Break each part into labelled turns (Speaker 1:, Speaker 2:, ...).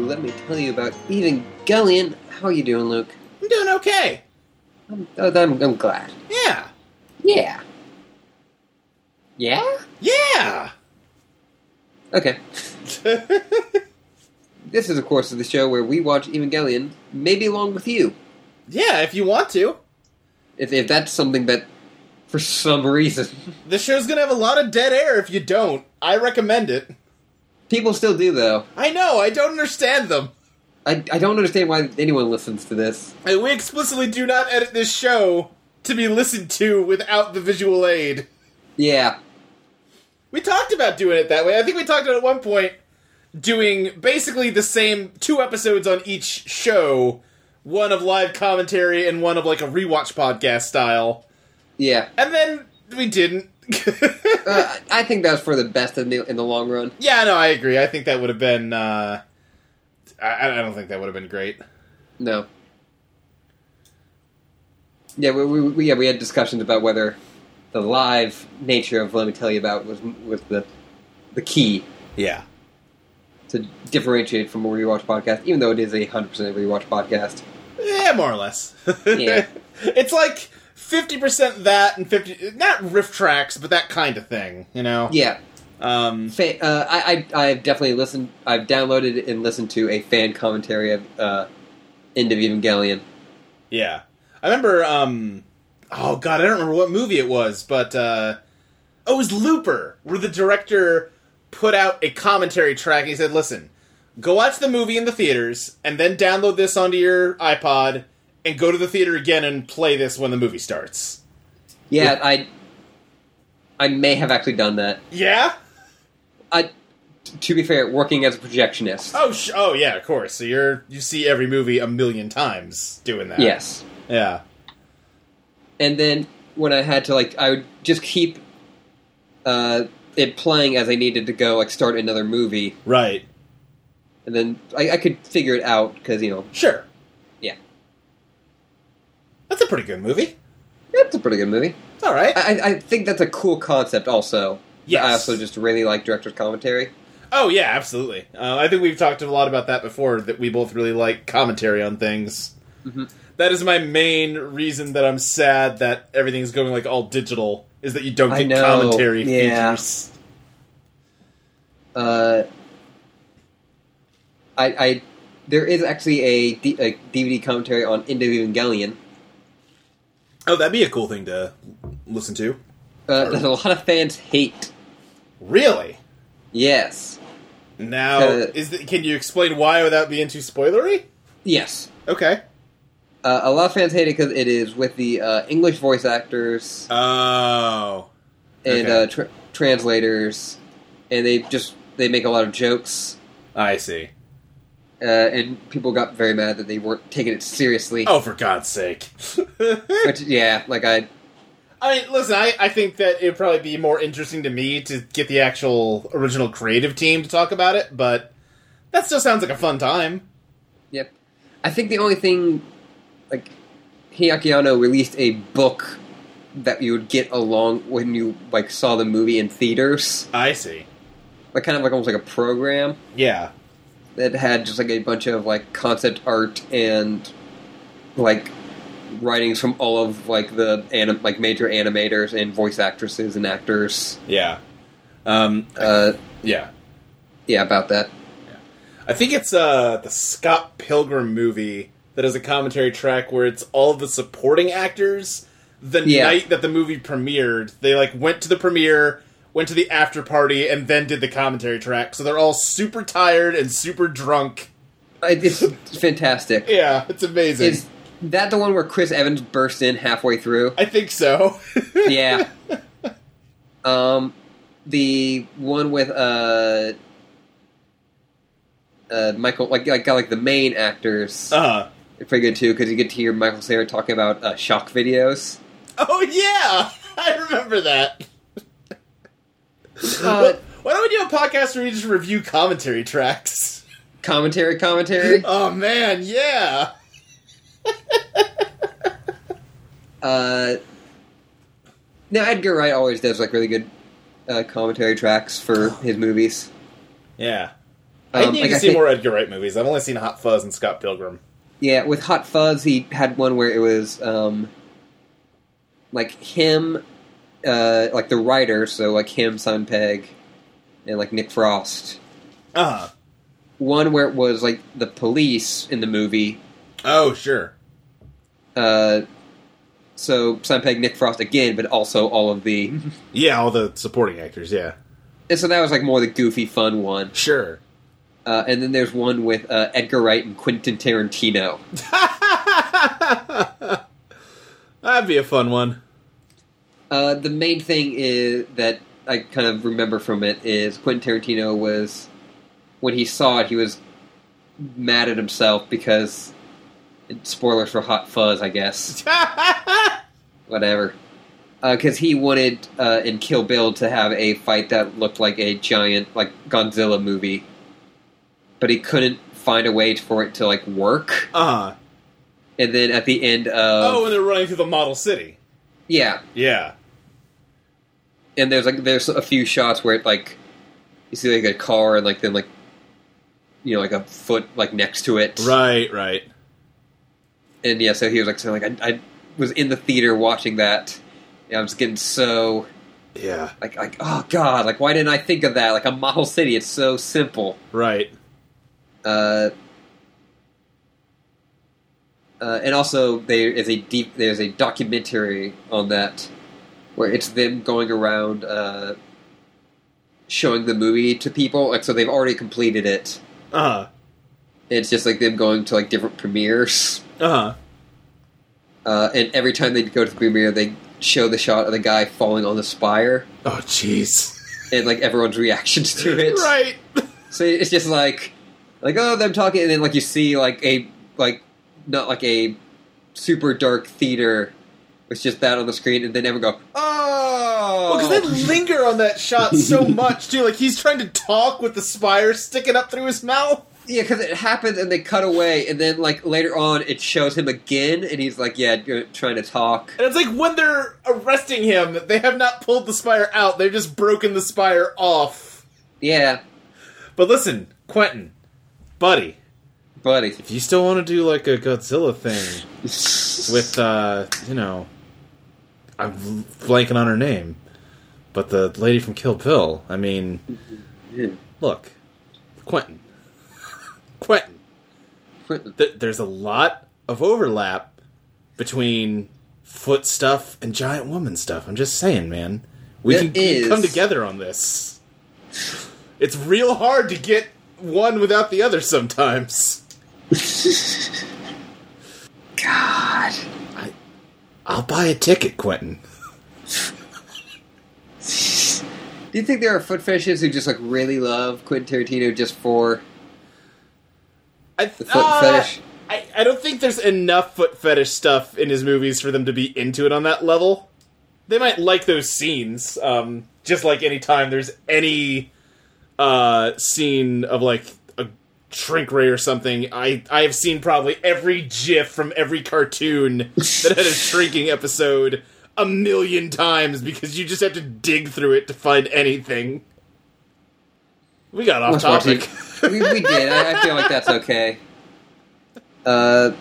Speaker 1: you about Evangelion. How are you doing, Luke?
Speaker 2: I'm doing okay.
Speaker 1: I'm, I'm, I'm glad.
Speaker 2: Yeah.
Speaker 1: Yeah. Yeah?
Speaker 2: Yeah.
Speaker 1: Okay. This is, of course, the show where we watch Evangelion, maybe along with you.
Speaker 2: yeah, if you want to.
Speaker 1: If, if that's something that, for some reason,
Speaker 2: This show's gonna have a lot of dead air if you don't. I recommend it.
Speaker 1: people still do, though.
Speaker 2: I know, I don't understand them.
Speaker 1: I, I don't understand why anyone listens to this.
Speaker 2: And we explicitly do not edit this show to be listened to without the visual aid.
Speaker 1: Yeah.
Speaker 2: We talked about doing it that way. I think we talked about at one point doing basically the same two episodes on each show, one of live commentary and one of like a rewatch podcast style.
Speaker 1: Yeah.
Speaker 2: And then we didn't.
Speaker 1: Uh, I think that's for the best in the, in the long run.
Speaker 2: yeah, no, I agree. I think that would have been. Uh, I, I don't think that would have been great.
Speaker 1: No. Yeah, we, we, we, yeah, we had discussions about whether the live nature of Let Me Tell You About was, was the, the key
Speaker 2: Yeah.
Speaker 1: to differentiate from a rewatch podcast, even though it is a 100% rewatch podcast.
Speaker 2: Yeah, more or less.
Speaker 1: Yeah.
Speaker 2: It's like 50% that and 50. Not riff tracks, but that kind of thing, you know?
Speaker 1: Yeah.
Speaker 2: Um,
Speaker 1: Fa uh, I, I, I've definitely listened. I've downloaded and listened to a fan commentary of uh, End of Evangelion.
Speaker 2: Yeah. I remember um oh god, I don't remember what movie it was, but uh oh, it was Looper, where the director put out a commentary track and he said, "Listen, go watch the movie in the theaters and then download this onto your iPod and go to the theater again and play this when the movie starts."
Speaker 1: Yeah, I, I may have actually done that.
Speaker 2: Yeah?
Speaker 1: I, t- to be fair, working as a projectionist.
Speaker 2: Oh, sh- oh yeah, of course. So you're you see every movie a million times doing that.
Speaker 1: Yes,
Speaker 2: Yeah.
Speaker 1: and then when I had to like, I would just keep uh, it playing as I needed to go, like start another movie,
Speaker 2: Right.
Speaker 1: and then I, I could figure it out because you know
Speaker 2: Sure.
Speaker 1: Yeah.
Speaker 2: That's a pretty good movie.
Speaker 1: that's a pretty good movie.
Speaker 2: All right.
Speaker 1: I, I- I think that's a cool concept. Also,
Speaker 2: Yes.
Speaker 1: I also just really like director's commentary.
Speaker 2: Oh yeah, absolutely. Uh, I think we've talked a lot about that before. That we both really like commentary on things.
Speaker 1: Mhm.
Speaker 2: That is my main reason that I'm sad that everything's going like all digital. Is that you don't
Speaker 1: I
Speaker 2: get
Speaker 1: know,
Speaker 2: commentary
Speaker 1: yeah.
Speaker 2: features?
Speaker 1: uh, I, I there is actually a, D, a DVD commentary on End of Evangelion.
Speaker 2: Oh, that'd be a cool thing to listen to.
Speaker 1: Uh, that a lot of fans hate.
Speaker 2: Really?
Speaker 1: Yes,
Speaker 2: Now,
Speaker 1: Uh,
Speaker 2: is the, can you explain why without being too spoilery?
Speaker 1: yes.
Speaker 2: Okay.
Speaker 1: Uh, a lot of fans hate it because it is with the uh, English voice actors
Speaker 2: Oh.
Speaker 1: and
Speaker 2: okay.
Speaker 1: uh, tr translators, and they just they make a lot of jokes.
Speaker 2: I see.
Speaker 1: Uh, and people got very mad that they weren't taking it seriously.
Speaker 2: Oh, for God's sake.
Speaker 1: Which, yeah, like I,
Speaker 2: I mean, listen, I, I think that it'd probably be more interesting to me to get the actual original creative team to talk about it, but that still sounds like a fun time.
Speaker 1: yep. I think the only thing, like, Hideaki Anno released a book that you would get along when you like saw the movie in theaters,
Speaker 2: I see.
Speaker 1: like kind of like almost like a program
Speaker 2: Yeah.
Speaker 1: that had just like a bunch of like concept art and like writings from all of like the anim- like major animators and voice actresses and actors.
Speaker 2: Yeah. Um,
Speaker 1: Uh,
Speaker 2: yeah.
Speaker 1: yeah, about that.
Speaker 2: I think it's uh, the Scott Pilgrim movie that has a commentary track where it's all the supporting actors. The
Speaker 1: Yeah.
Speaker 2: night that the movie premiered, they like went to the premiere, went to the after party, and then did the commentary track. So they're all super tired and super drunk.
Speaker 1: I- It's fantastic.
Speaker 2: Yeah, it's amazing.
Speaker 1: Is that the one where Chris Evans burst in halfway through?
Speaker 2: I think so.
Speaker 1: yeah. Um, the one with uh, uh, Michael, like like got like the main actors,
Speaker 2: Uh,
Speaker 1: They're pretty good too because you get to hear Michael Cera talking about uh, shock videos.
Speaker 2: oh yeah, I remember that.
Speaker 1: Uh,
Speaker 2: Why don't we do a podcast where we just review commentary tracks?
Speaker 1: commentary, commentary.
Speaker 2: Oh man, yeah.
Speaker 1: Uh, now Edgar Wright always does like really good uh, commentary tracks for his movies.
Speaker 2: Yeah. I
Speaker 1: Um,
Speaker 2: need
Speaker 1: like,
Speaker 2: to
Speaker 1: I
Speaker 2: see
Speaker 1: think-
Speaker 2: more Edgar Wright movies. I've only seen Hot Fuzz and Scott Pilgrim.
Speaker 1: Yeah, with Hot Fuzz, he had one where it was um, like him, uh, like the writer, so like him, Simon Pegg, and like Nick Frost.
Speaker 2: Uh huh.
Speaker 1: One where it was like the police in the movie.
Speaker 2: Oh, sure.
Speaker 1: Uh, so Simon Pegg, Nick Frost again, but also all of the.
Speaker 2: Yeah, all the supporting actors. Yeah,
Speaker 1: And so that was like more the goofy, fun one.
Speaker 2: sure.
Speaker 1: Uh, and then there's one with uh, Edgar Wright and Quentin Tarantino.
Speaker 2: That'd be a fun one.
Speaker 1: Uh, the main thing is that I kind of remember from it is Quentin Tarantino was when he saw it, he was mad at himself because spoilers for Hot Fuzz, I guess,
Speaker 2: Uh-huh.
Speaker 1: whatever. Because he wanted uh, in Kill Bill to have a fight that looked like a giant, like Godzilla movie, but he couldn't find a way for it to like work.
Speaker 2: Uh huh.
Speaker 1: And then at the end of
Speaker 2: Oh, and they're running through the model city.
Speaker 1: yeah,
Speaker 2: Yeah.
Speaker 1: and there's like there's a few shots where it like you see like a car and like then like you know like a foot like next to it
Speaker 2: Right. Right.
Speaker 1: and yeah so he was like saying like I, I was in the theater watching that and i was getting so
Speaker 2: Yeah.
Speaker 1: like like oh god like why didn't i think of that like a model city it's so simple
Speaker 2: Right.
Speaker 1: uh uh, and also, there is a deep. There's a documentary on that, where it's them going around uh, showing the movie to people. Like, so they've already completed it.
Speaker 2: Uh
Speaker 1: It's just like them going to like different premieres,
Speaker 2: huh. Uh
Speaker 1: uh, and every time they go to the premiere, they show the shot of the guy falling on the spire
Speaker 2: huh. Oh, jeez.
Speaker 1: and like everyone's reactions to it.
Speaker 2: Right.
Speaker 1: So it's just like, like oh, them talking, and then like you see like a like not like a super dark theater. It's just that on the screen, and then everyone go, oh,
Speaker 2: Well, because they linger on that shot so much too. Like he's trying to talk with the spire sticking up through his mouth.
Speaker 1: yeah, because it happens, and they cut away, and then like later on, it shows him again, and he's like, yeah, you're trying to talk.
Speaker 2: And it's like when they're arresting him, they have not pulled the spire out. They've just broken the spire off.
Speaker 1: Yeah,
Speaker 2: But listen, Quentin, buddy,
Speaker 1: buddy.
Speaker 2: if you still want to do like a Godzilla thing with, uh, you know, I'm blanking on her name, but the lady from Kill Bill. I mean,
Speaker 1: Yeah.
Speaker 2: look, Quentin, Quentin. th- there's a lot of overlap between foot stuff and giant woman stuff. I'm just saying, man. We
Speaker 1: There
Speaker 2: can we can
Speaker 1: is.
Speaker 2: come together on this. It's real hard to get one without the other sometimes.
Speaker 1: God.
Speaker 2: I'll buy a ticket, Quentin.
Speaker 1: Do you think there are foot fetishes who just like really love Quentin Tarantino just for
Speaker 2: I, th-
Speaker 1: the foot
Speaker 2: uh,
Speaker 1: fetish?
Speaker 2: I, I don't think there's enough foot fetish stuff in his movies for them to be into it on that level. They might like those scenes, um, just like any time there's any uh, scene of like a shrink ray or something. I I have seen probably every GIF from every cartoon that had a shrinking episode a million times because you just have to dig through it to find anything. We got off
Speaker 1: That's what I
Speaker 2: topic.
Speaker 1: we, we did. I, I feel like that's okay. Uh,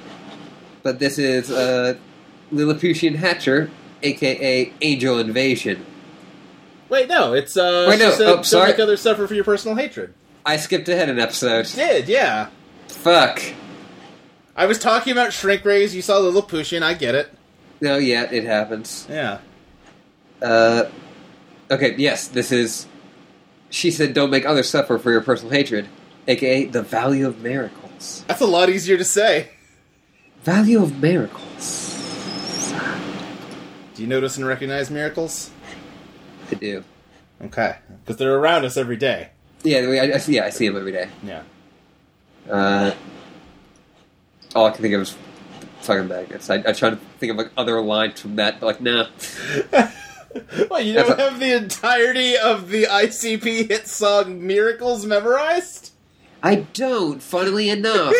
Speaker 1: but this is uh, Lilliputian Hatcher, aka Angel Invasion.
Speaker 2: Wait, no, it's uh.
Speaker 1: Wait, no,
Speaker 2: she said,
Speaker 1: oh,
Speaker 2: don't
Speaker 1: sorry.
Speaker 2: make others suffer for your personal hatred.
Speaker 1: I skipped ahead an episode.
Speaker 2: Did yeah.
Speaker 1: Fuck.
Speaker 2: I was talking about shrink rays. You saw Lilliputian. I get it.
Speaker 1: No, yeah, it happens.
Speaker 2: Yeah.
Speaker 1: Uh, okay, yes, this is. She said, "Don't make others suffer for your personal hatred," aka the value of miracles.
Speaker 2: That's a lot easier to say.
Speaker 1: Value of miracles.
Speaker 2: Do you notice and recognize miracles?
Speaker 1: I do.
Speaker 2: Okay, because they're around us every day.
Speaker 1: Yeah, I, I, yeah, I see him every day.
Speaker 2: Yeah.
Speaker 1: Uh, all I can think of is fucking maggots. I, I try to think of like other lines from that, but like nah.
Speaker 2: Well, you
Speaker 1: That's
Speaker 2: don't
Speaker 1: a-
Speaker 2: have the entirety of the ICP hit song "Miracles" memorized.
Speaker 1: I don't. Funnily enough,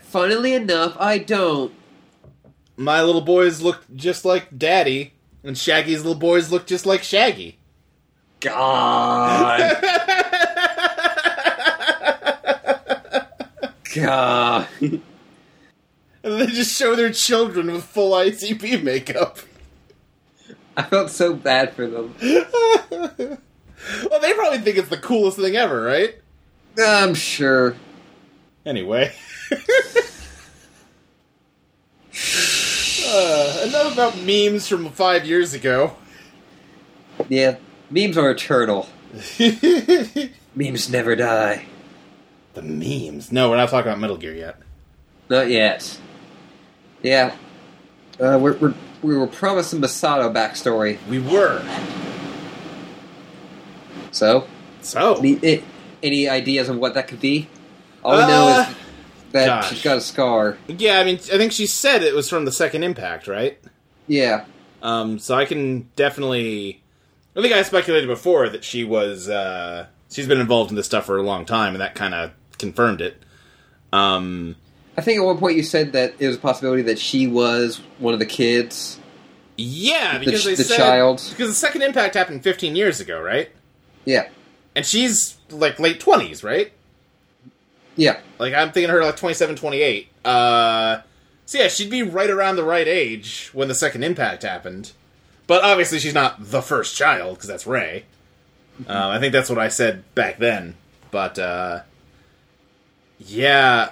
Speaker 1: funnily enough, I don't.
Speaker 2: My little boys look just like Daddy, and Shaggy's little boys look just like Shaggy.
Speaker 1: God. God.
Speaker 2: And they just show their children with full ICP makeup.
Speaker 1: I felt so bad for them.
Speaker 2: well, they probably think it's the coolest thing ever, right?
Speaker 1: I'm sure.
Speaker 2: Anyway. uh, enough about memes from five years ago.
Speaker 1: Yeah, memes are eternal. Memes never die.
Speaker 2: The memes. No, we're not talking about Metal Gear yet.
Speaker 1: Not yet. Yeah. Uh, we're, we're, we were promised a Masato backstory,
Speaker 2: We were.
Speaker 1: so
Speaker 2: So,
Speaker 1: any, i any ideas on what that could be? All we know
Speaker 2: Uh,
Speaker 1: is that
Speaker 2: gosh.
Speaker 1: she's got a scar.
Speaker 2: yeah, I mean, I think she said it was from the second impact, right?
Speaker 1: Yeah,
Speaker 2: Um, so I can definitely. I think I speculated before that she was. Uh, she's been involved in this stuff for a long time, and that kind of confirmed it. Um,
Speaker 1: I think at one point you said that it was a possibility that she was one of the kids.
Speaker 2: yeah,
Speaker 1: The
Speaker 2: because
Speaker 1: ch-
Speaker 2: they
Speaker 1: the
Speaker 2: said
Speaker 1: child.
Speaker 2: because the second impact happened 15 years ago, right?
Speaker 1: Yeah,
Speaker 2: And she's like late 20s, right?
Speaker 1: yeah,
Speaker 2: Like I'm thinking her like 27, 28. Uh, so yeah, she'd be right around the right age when the second impact happened. But obviously, she's not the first child because that's Ray. Um, I think that's what I said back then. But uh, yeah,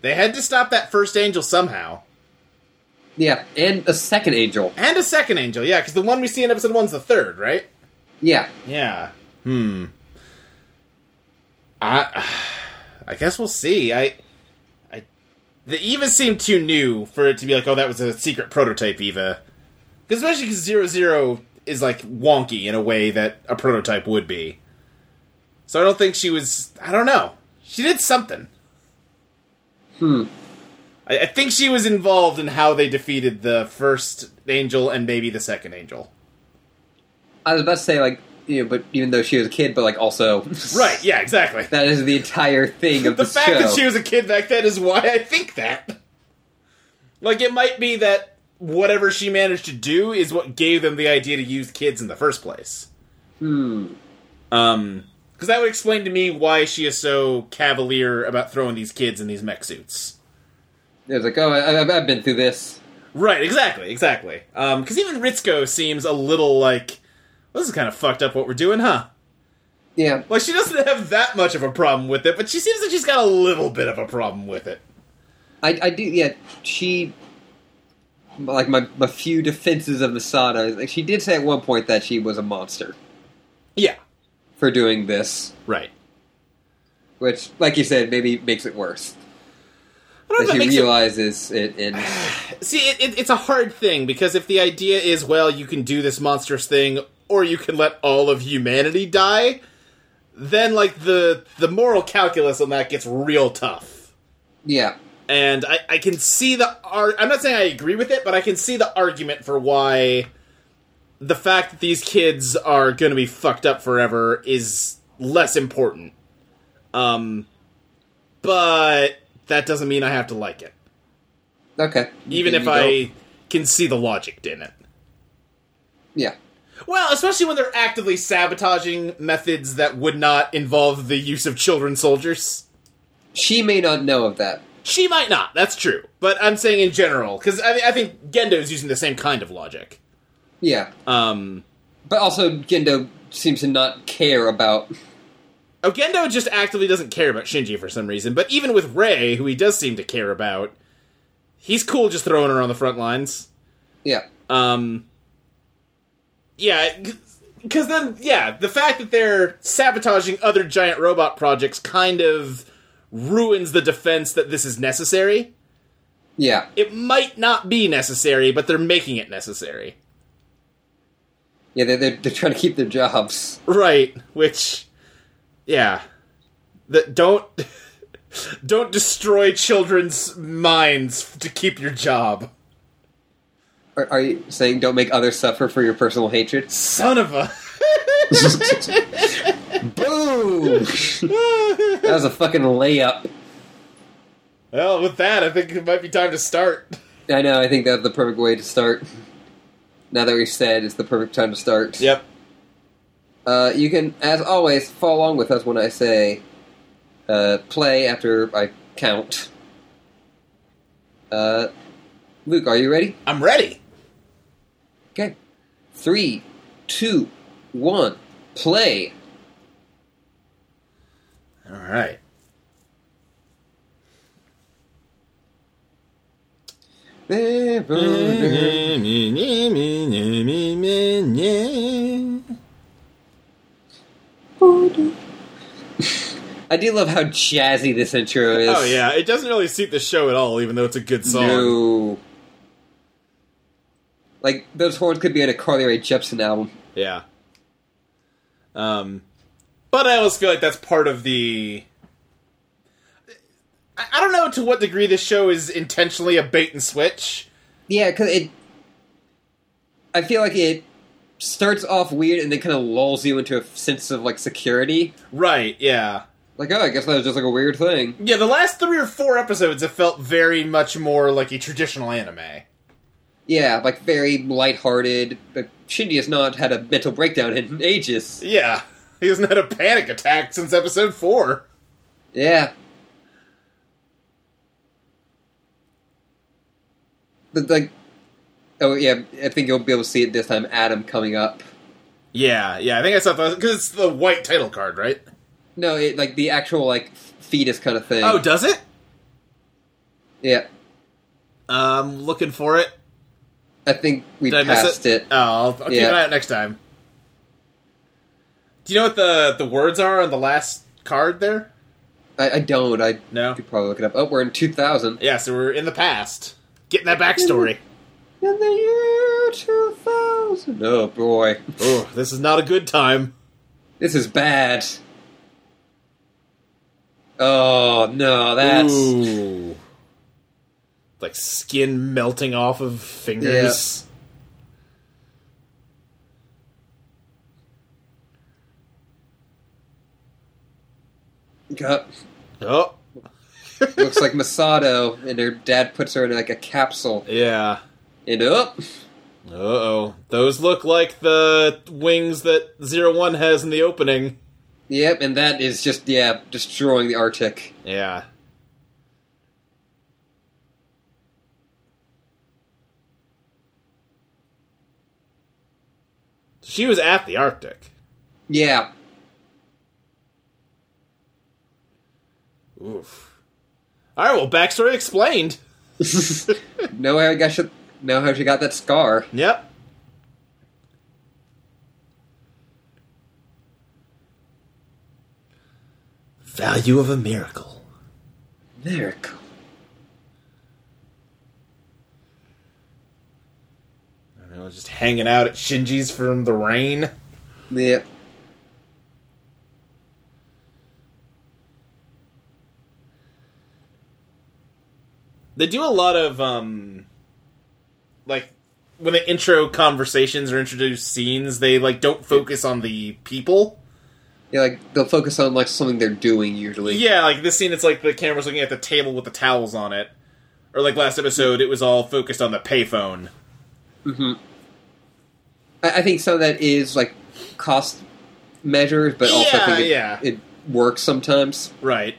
Speaker 2: they had to stop that first angel somehow,
Speaker 1: yeah, and a second angel.
Speaker 2: and a second angel. Yeah, because the one we see in episode one's the third, right?
Speaker 1: Yeah,
Speaker 2: Yeah. Hmm. I I guess we'll see. I I the Eva seemed too new for it to be like, oh, that was a secret prototype Eva. Because especially because zero zero is like wonky in a way that a prototype would be. So I don't think she was. I don't know. She did something.
Speaker 1: Hmm.
Speaker 2: I, I think she was involved in how they defeated the first angel and maybe the second angel.
Speaker 1: I was about to say like you know, but even though she was a kid, but like also
Speaker 2: Right? Yeah. Exactly.
Speaker 1: That is the entire thing of
Speaker 2: the
Speaker 1: this
Speaker 2: fact
Speaker 1: show.
Speaker 2: that she was a kid back then is why I think that. Like, it might be that whatever she managed to do is what gave them the idea to use kids in the first place.
Speaker 1: Hmm.
Speaker 2: Um, because that would explain to me why she is so cavalier about throwing these kids in these mech suits.
Speaker 1: It was like, oh, I, I've, I've been through this.
Speaker 2: Right, exactly, exactly. Um, because even Ritsuko seems a little like, well, this is kind of fucked up what we're doing, huh?
Speaker 1: Yeah,
Speaker 2: Like, she doesn't have that much of a problem with it, but she seems like she's got a little bit of a problem with it.
Speaker 1: I, I do. Yeah, she. Like my, my few defenses of Masada, is, like she did say at one point that she was a monster
Speaker 2: Yeah,
Speaker 1: for doing this,
Speaker 2: right.
Speaker 1: which, like you said, maybe makes it worse.
Speaker 2: I don't know
Speaker 1: That
Speaker 2: if that
Speaker 1: she
Speaker 2: makes it
Speaker 1: realizes it, and
Speaker 2: See, it, it, it's a hard thing because if the idea is, well, you can do this monstrous thing, or you can let all of humanity die, then like the the moral calculus on that gets real tough.
Speaker 1: yeah,
Speaker 2: And I, I can see the ar- I'm not saying I agree with it, but I can see the argument for why the fact that these kids are going to be fucked up forever is less important. Um, but that doesn't mean I have to like it
Speaker 1: okay.
Speaker 2: even
Speaker 1: You
Speaker 2: if
Speaker 1: don't-
Speaker 2: I can see the logic in it.
Speaker 1: yeah,
Speaker 2: Well, especially when they're actively sabotaging methods that would not involve the use of children soldiers.
Speaker 1: she may not know of that.
Speaker 2: She might not, that's true. But I'm saying in general, because I, I think Gendo is using the same kind of logic.
Speaker 1: Yeah,
Speaker 2: Um,
Speaker 1: but also Gendo seems to not care about.
Speaker 2: oh, Gendo just actively doesn't care about Shinji for some reason, but even with Rei, who he does seem to care about, he's cool just throwing her on the front lines.
Speaker 1: Yeah,
Speaker 2: Um, yeah, because then, yeah, the fact that they're sabotaging other giant robot projects kind of ruins the defense that this is necessary.
Speaker 1: yeah,
Speaker 2: It might not be necessary, but they're making it necessary.
Speaker 1: yeah. They're they're, they're trying to keep their jobs.
Speaker 2: Right, which, yeah, that don't. Don't destroy children's minds to keep your job.
Speaker 1: Are, are you saying don't make others suffer for your personal hatred?
Speaker 2: Son of a.
Speaker 1: Boom! that was a fucking layup.
Speaker 2: well, with that, I think it might be time to start.
Speaker 1: I know. I think that's the perfect way to start. Now that we've said, it's the perfect time to start.
Speaker 2: Yep.
Speaker 1: Uh, you can, as always, follow along with us when I say uh, play after I count. Uh, Luke, are you ready?
Speaker 2: I'm ready.
Speaker 1: Okay. Three, two, one, play.
Speaker 2: All right. Mm-hmm.
Speaker 1: All
Speaker 2: Oh, It's
Speaker 1: I do love how jazzy this intro is.
Speaker 2: Oh yeah, it doesn't really suit the show at all, even though it's a good song.
Speaker 1: No. Like those horns could be on a Carly Rae Jepsen album.
Speaker 2: Yeah. Um, but I always feel like that's part of the. I I don't know to what degree this show is intentionally a bait and switch.
Speaker 1: Yeah, because it. I feel like it starts off weird and then kind of lulls you into a sense of like security.
Speaker 2: Right. Yeah.
Speaker 1: Like, oh, I guess that was just like a weird thing.
Speaker 2: Yeah. The last three or four episodes, it felt very much more like a traditional anime.
Speaker 1: Yeah, like very lighthearted. But Shinji has not had a mental breakdown in ages.
Speaker 2: Yeah. He hasn't had a panic attack since episode four.
Speaker 1: Yeah. But like, oh yeah, I think you'll be able to see it this time. Adam coming up.
Speaker 2: Yeah. Yeah. I think I saw that because it's the white title card, right?
Speaker 1: No, it, like the actual like fetus kind of thing.
Speaker 2: Oh, does it?
Speaker 1: yeah.
Speaker 2: Um, looking for it.
Speaker 1: I think we
Speaker 2: Did I miss
Speaker 1: passed it?
Speaker 2: Oh, I'll, I'll keep
Speaker 1: Yeah.
Speaker 2: an eye out next time. Do you know what the the words are on the last card there?
Speaker 1: I, I don't. I
Speaker 2: No.
Speaker 1: could probably look it up. Oh, we're in 2000.
Speaker 2: Yeah, so we're in the past, getting that backstory.
Speaker 1: In the year 2000. Oh boy,
Speaker 2: oh, this is not a good time.
Speaker 1: this is bad. Oh no, that's
Speaker 2: Ooh. like skin melting off of fingers.
Speaker 1: God,
Speaker 2: Oh,
Speaker 1: looks like Masato, and her dad puts her in like a capsule.
Speaker 2: yeah.
Speaker 1: And up,
Speaker 2: Uh oh, those look like the wings that Zero One has in the opening.
Speaker 1: yep, and that is just yeah, destroying the Arctic.
Speaker 2: Yeah. She was at the Arctic.
Speaker 1: Yeah,
Speaker 2: Oof. All right, well, backstory explained.
Speaker 1: know how I got she, know how she got that scar.
Speaker 2: Yep. Value of a miracle.
Speaker 1: Miracle.
Speaker 2: I don't know, just hanging out at Shinji's from the rain.
Speaker 1: Yep.
Speaker 2: They do a lot of um like when the intro conversations or introduce scenes, they like don't focus on the people.
Speaker 1: Yeah, like they'll focus on like something they're doing usually.
Speaker 2: Yeah, like this scene it's like the camera's looking at the table with the towels on it. Or like last episode it was all focused on the payphone.
Speaker 1: hmm I, I think some of that is like cost measures, but also I
Speaker 2: Yeah,
Speaker 1: think it,
Speaker 2: yeah.
Speaker 1: it works sometimes.
Speaker 2: Right.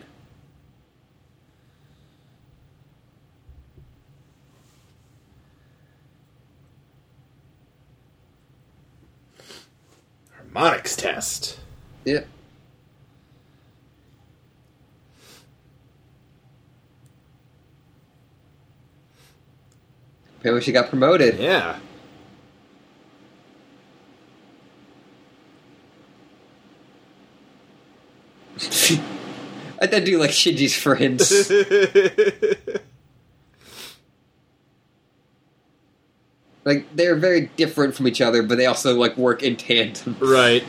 Speaker 2: Harmonics test.
Speaker 1: Yeah. Apparently, she got promoted.
Speaker 2: Yeah.
Speaker 1: I, I do like Shinji's friends. like they're very different from each other, but they also like work in tandem.
Speaker 2: right.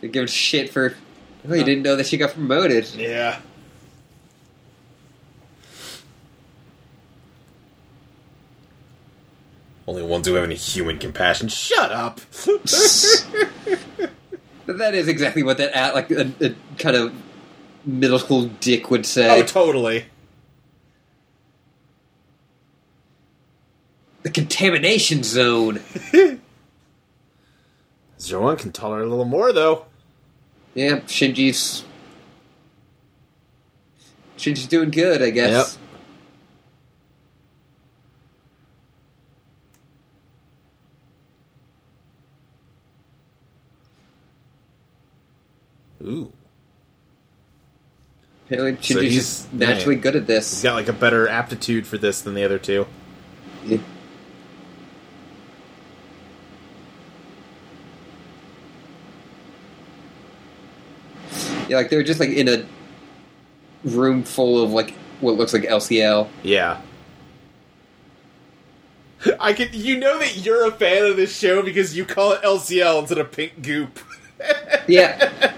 Speaker 1: they give shit for. Oh, you didn't know that she got promoted.
Speaker 2: Yeah. Only ones who have any human compassion. Shut up.
Speaker 1: But that is exactly what that at like a, a kind of middle school dick would say.
Speaker 2: oh, totally.
Speaker 1: the contamination zone.
Speaker 2: Zero One can tolerate a little more, though.
Speaker 1: Yeah, Shinji's Shinji's doing good, I guess.
Speaker 2: Ooh,
Speaker 1: Apparently,
Speaker 2: So
Speaker 1: Shinji's
Speaker 2: he's-
Speaker 1: just naturally
Speaker 2: yeah.
Speaker 1: good at
Speaker 2: he's
Speaker 1: this.
Speaker 2: got like a better aptitude for this than the other two.
Speaker 1: Yeah. Yeah, like they're just like in a room full of like what looks like LCL.
Speaker 2: Yeah. I could. You know that you're a fan of this show because you call it LCL instead of pink goop.
Speaker 1: Yeah.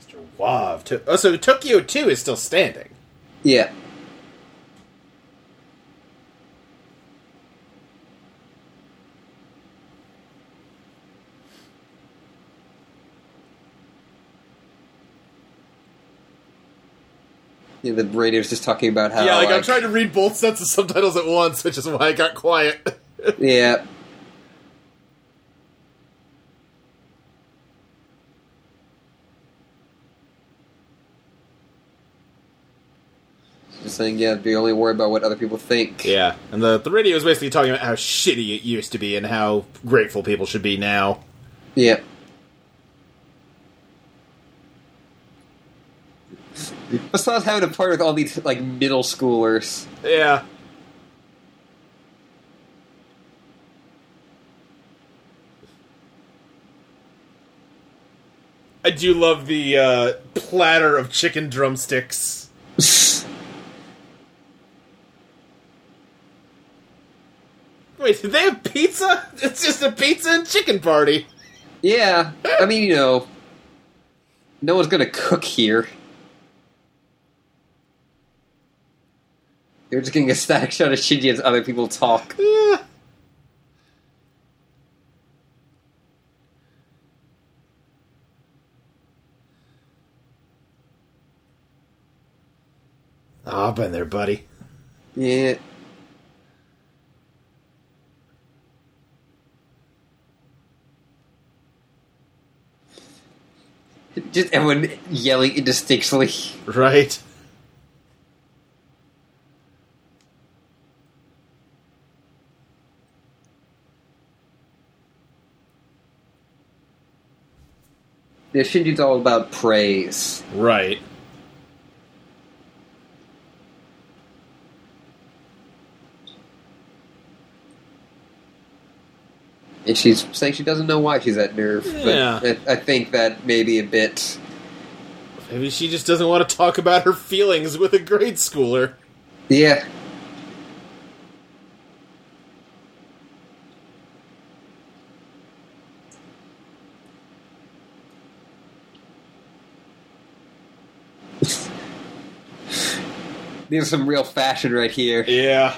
Speaker 2: Mr. Wav. To- oh, so Tokyo 2 is still standing.
Speaker 1: yeah. Yeah, the radio's just talking about how.
Speaker 2: yeah, like, I'm trying to read both sets of subtitles at once, which is why I got quiet.
Speaker 1: Yeah. Just saying, yeah, be only worried about what other people think.
Speaker 2: yeah, and the, the radio is basically talking about how shitty it used to be and how grateful people should be now.
Speaker 1: Yeah. Masan's having a party with all these like middle schoolers.
Speaker 2: Yeah. I do love the uh, platter of chicken drumsticks. Wait, do they have pizza? It's just a pizza and chicken party.
Speaker 1: yeah, I mean, you know, no one's gonna cook here. You're just getting a stack shot of Shinji as other people talk.
Speaker 2: Yeah. Ah, been there, buddy.
Speaker 1: Yeah. Just everyone yelling indistinctly.
Speaker 2: Right.
Speaker 1: Yeah, Shinji's all about praise.
Speaker 2: Right.
Speaker 1: And she's saying she doesn't know why she's at nerve.
Speaker 2: Yeah.
Speaker 1: But I, I think that maybe a bit.
Speaker 2: Maybe she just doesn't want to talk about her feelings with a grade schooler.
Speaker 1: Yeah. There's some real fashion right here.
Speaker 2: Yeah.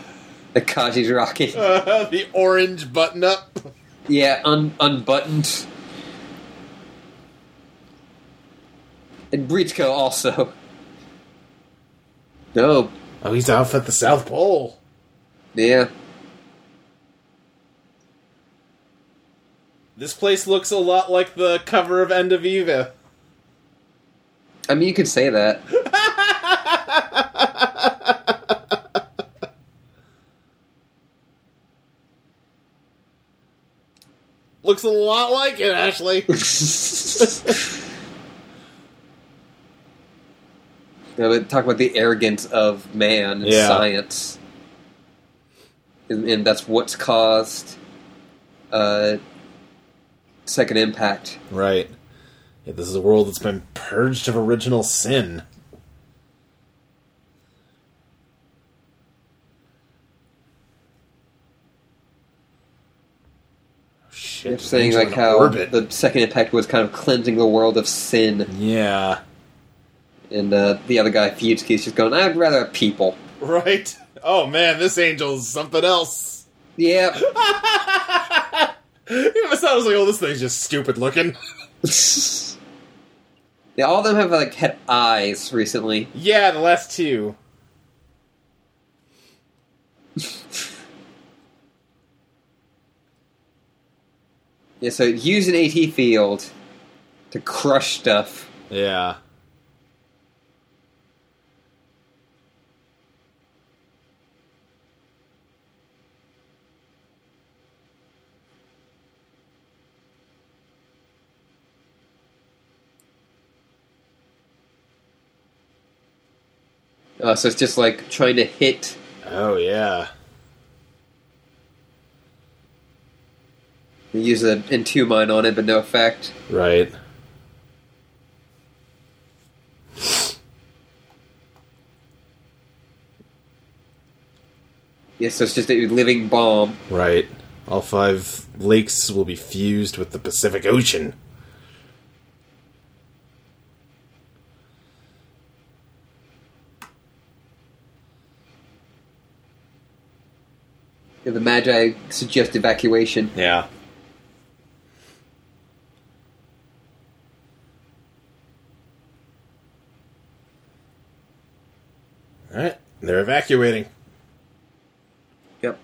Speaker 1: The Kaji's rocking.
Speaker 2: the orange button up.
Speaker 1: Yeah, un- unbuttoned. And Britko also. No,
Speaker 2: Oh, he's off at the South Pole.
Speaker 1: yeah.
Speaker 2: This place looks a lot like the cover of End of Eva.
Speaker 1: I mean, you could say that.
Speaker 2: Looks a lot like it, Ashley.
Speaker 1: No, but talk about the arrogance of man in
Speaker 2: Yeah.
Speaker 1: science, and, and that's what's caused uh, second impact.
Speaker 2: Right. Yeah, this is a world that's been purged of original sin. Shit,
Speaker 1: They're saying
Speaker 2: things are
Speaker 1: like
Speaker 2: in
Speaker 1: how
Speaker 2: orbit.
Speaker 1: the second impact was kind of cleansing the world of sin,
Speaker 2: yeah,
Speaker 1: and uh, the other guy Fuyutsuki is just going, "I'd rather have people."
Speaker 2: right. Oh man, this angel's something else.
Speaker 1: Yeah,
Speaker 2: I was like, "Oh, this thing's just stupid looking."
Speaker 1: yeah, all of them have like had eyes recently.
Speaker 2: Yeah, the last two.
Speaker 1: Yeah, so use an AT field to crush stuff.
Speaker 2: Yeah.
Speaker 1: Uh, so it's just like trying to hit.
Speaker 2: Oh yeah.
Speaker 1: You use an N2 mine on it, but no effect.
Speaker 2: Right.
Speaker 1: Yeah, so it's just a living bomb.
Speaker 2: Right. All five lakes will be fused with the Pacific Ocean.
Speaker 1: Yeah, the Magi suggest evacuation.
Speaker 2: Yeah. All right. They're evacuating.
Speaker 1: Yep.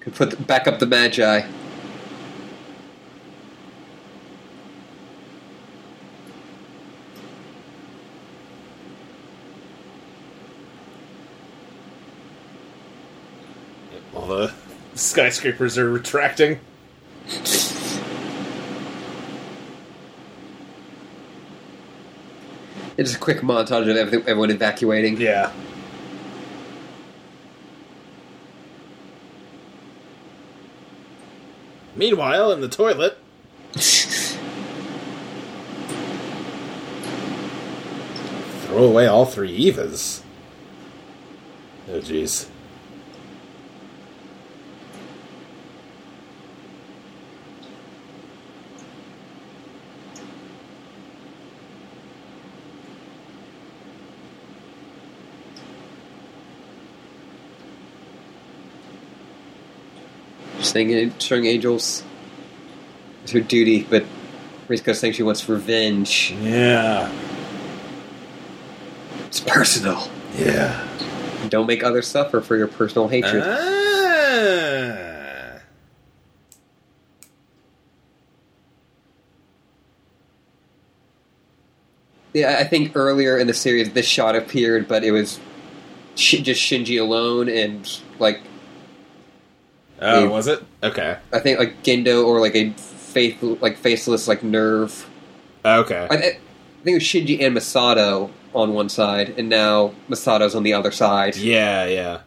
Speaker 1: Could put th- back up the Magi.
Speaker 2: All the skyscrapers are retracting.
Speaker 1: It's just a quick montage of everything, everyone evacuating.
Speaker 2: Yeah. Meanwhile, in the toilet. Throw away all three Evas. Oh, jeez.
Speaker 1: Singing, string angels. It's her duty, but Risco's saying she wants revenge.
Speaker 2: Yeah.
Speaker 1: It's personal.
Speaker 2: Yeah.
Speaker 1: Don't make others suffer for your personal hatred.
Speaker 2: Ah.
Speaker 1: Yeah, I think earlier in the series this shot appeared, but it was Shin- just Shinji alone, and like
Speaker 2: Oh,
Speaker 1: Yeah.
Speaker 2: was it? Okay.
Speaker 1: I think like Gendo or like a faith like faceless like nerve.
Speaker 2: Okay.
Speaker 1: I, I think it was Shinji and Masato on one side, and now Masato's on the other side.
Speaker 2: Yeah, yeah.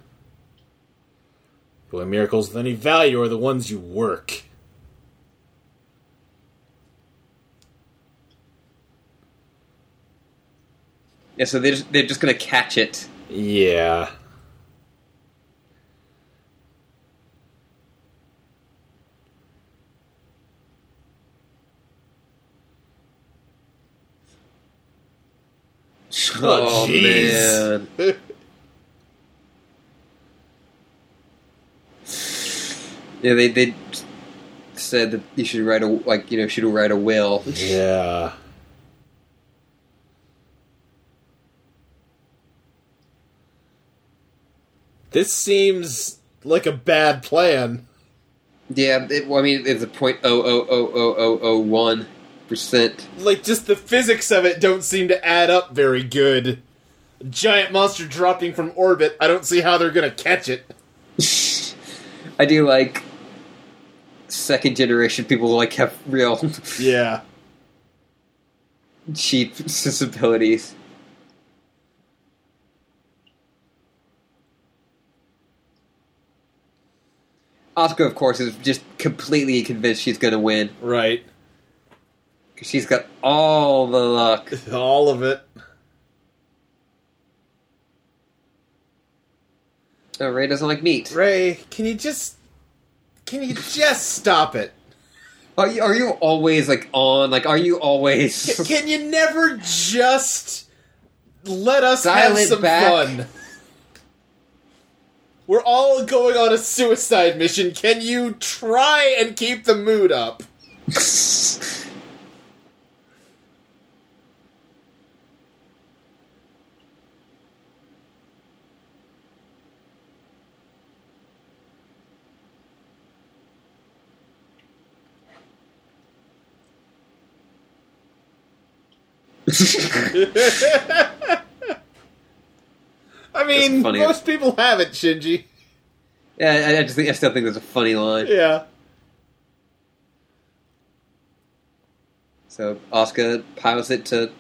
Speaker 2: The only miracles with any value are the ones you work.
Speaker 1: Yeah, so they're just, they're just gonna catch it.
Speaker 2: Yeah. Oh, jeez.
Speaker 1: man. Yeah, they they said that you should write a like you know should write a will.
Speaker 2: yeah. This seems like a bad plan.
Speaker 1: Yeah, it, well, I mean it's a point oh oh oh oh oh oh one percent.
Speaker 2: like just the physics of it don't seem to add up very good. Giant monster dropping from orbit. I don't see how they're gonna catch it.
Speaker 1: I do like second generation people who, like have real
Speaker 2: Yeah.
Speaker 1: cheap sensibilities. Oscar, of course, is just completely convinced she's going to win
Speaker 2: Right.
Speaker 1: because she's got all the luck.
Speaker 2: All of it.
Speaker 1: Oh, Ray doesn't like meat.
Speaker 2: Ray, can you just can you just stop it?
Speaker 1: Are you, are you always like on? Like, are you always?
Speaker 2: Can, can you never just let us
Speaker 1: Dial
Speaker 2: have
Speaker 1: it
Speaker 2: some
Speaker 1: back.
Speaker 2: fun? We're all going on a suicide mission. Can you try and keep the mood up? I mean,
Speaker 1: funny.
Speaker 2: most people have it, Shinji.
Speaker 1: yeah, I, I just think I still think that's a funny line.
Speaker 2: Yeah.
Speaker 1: So Oscar piles it to,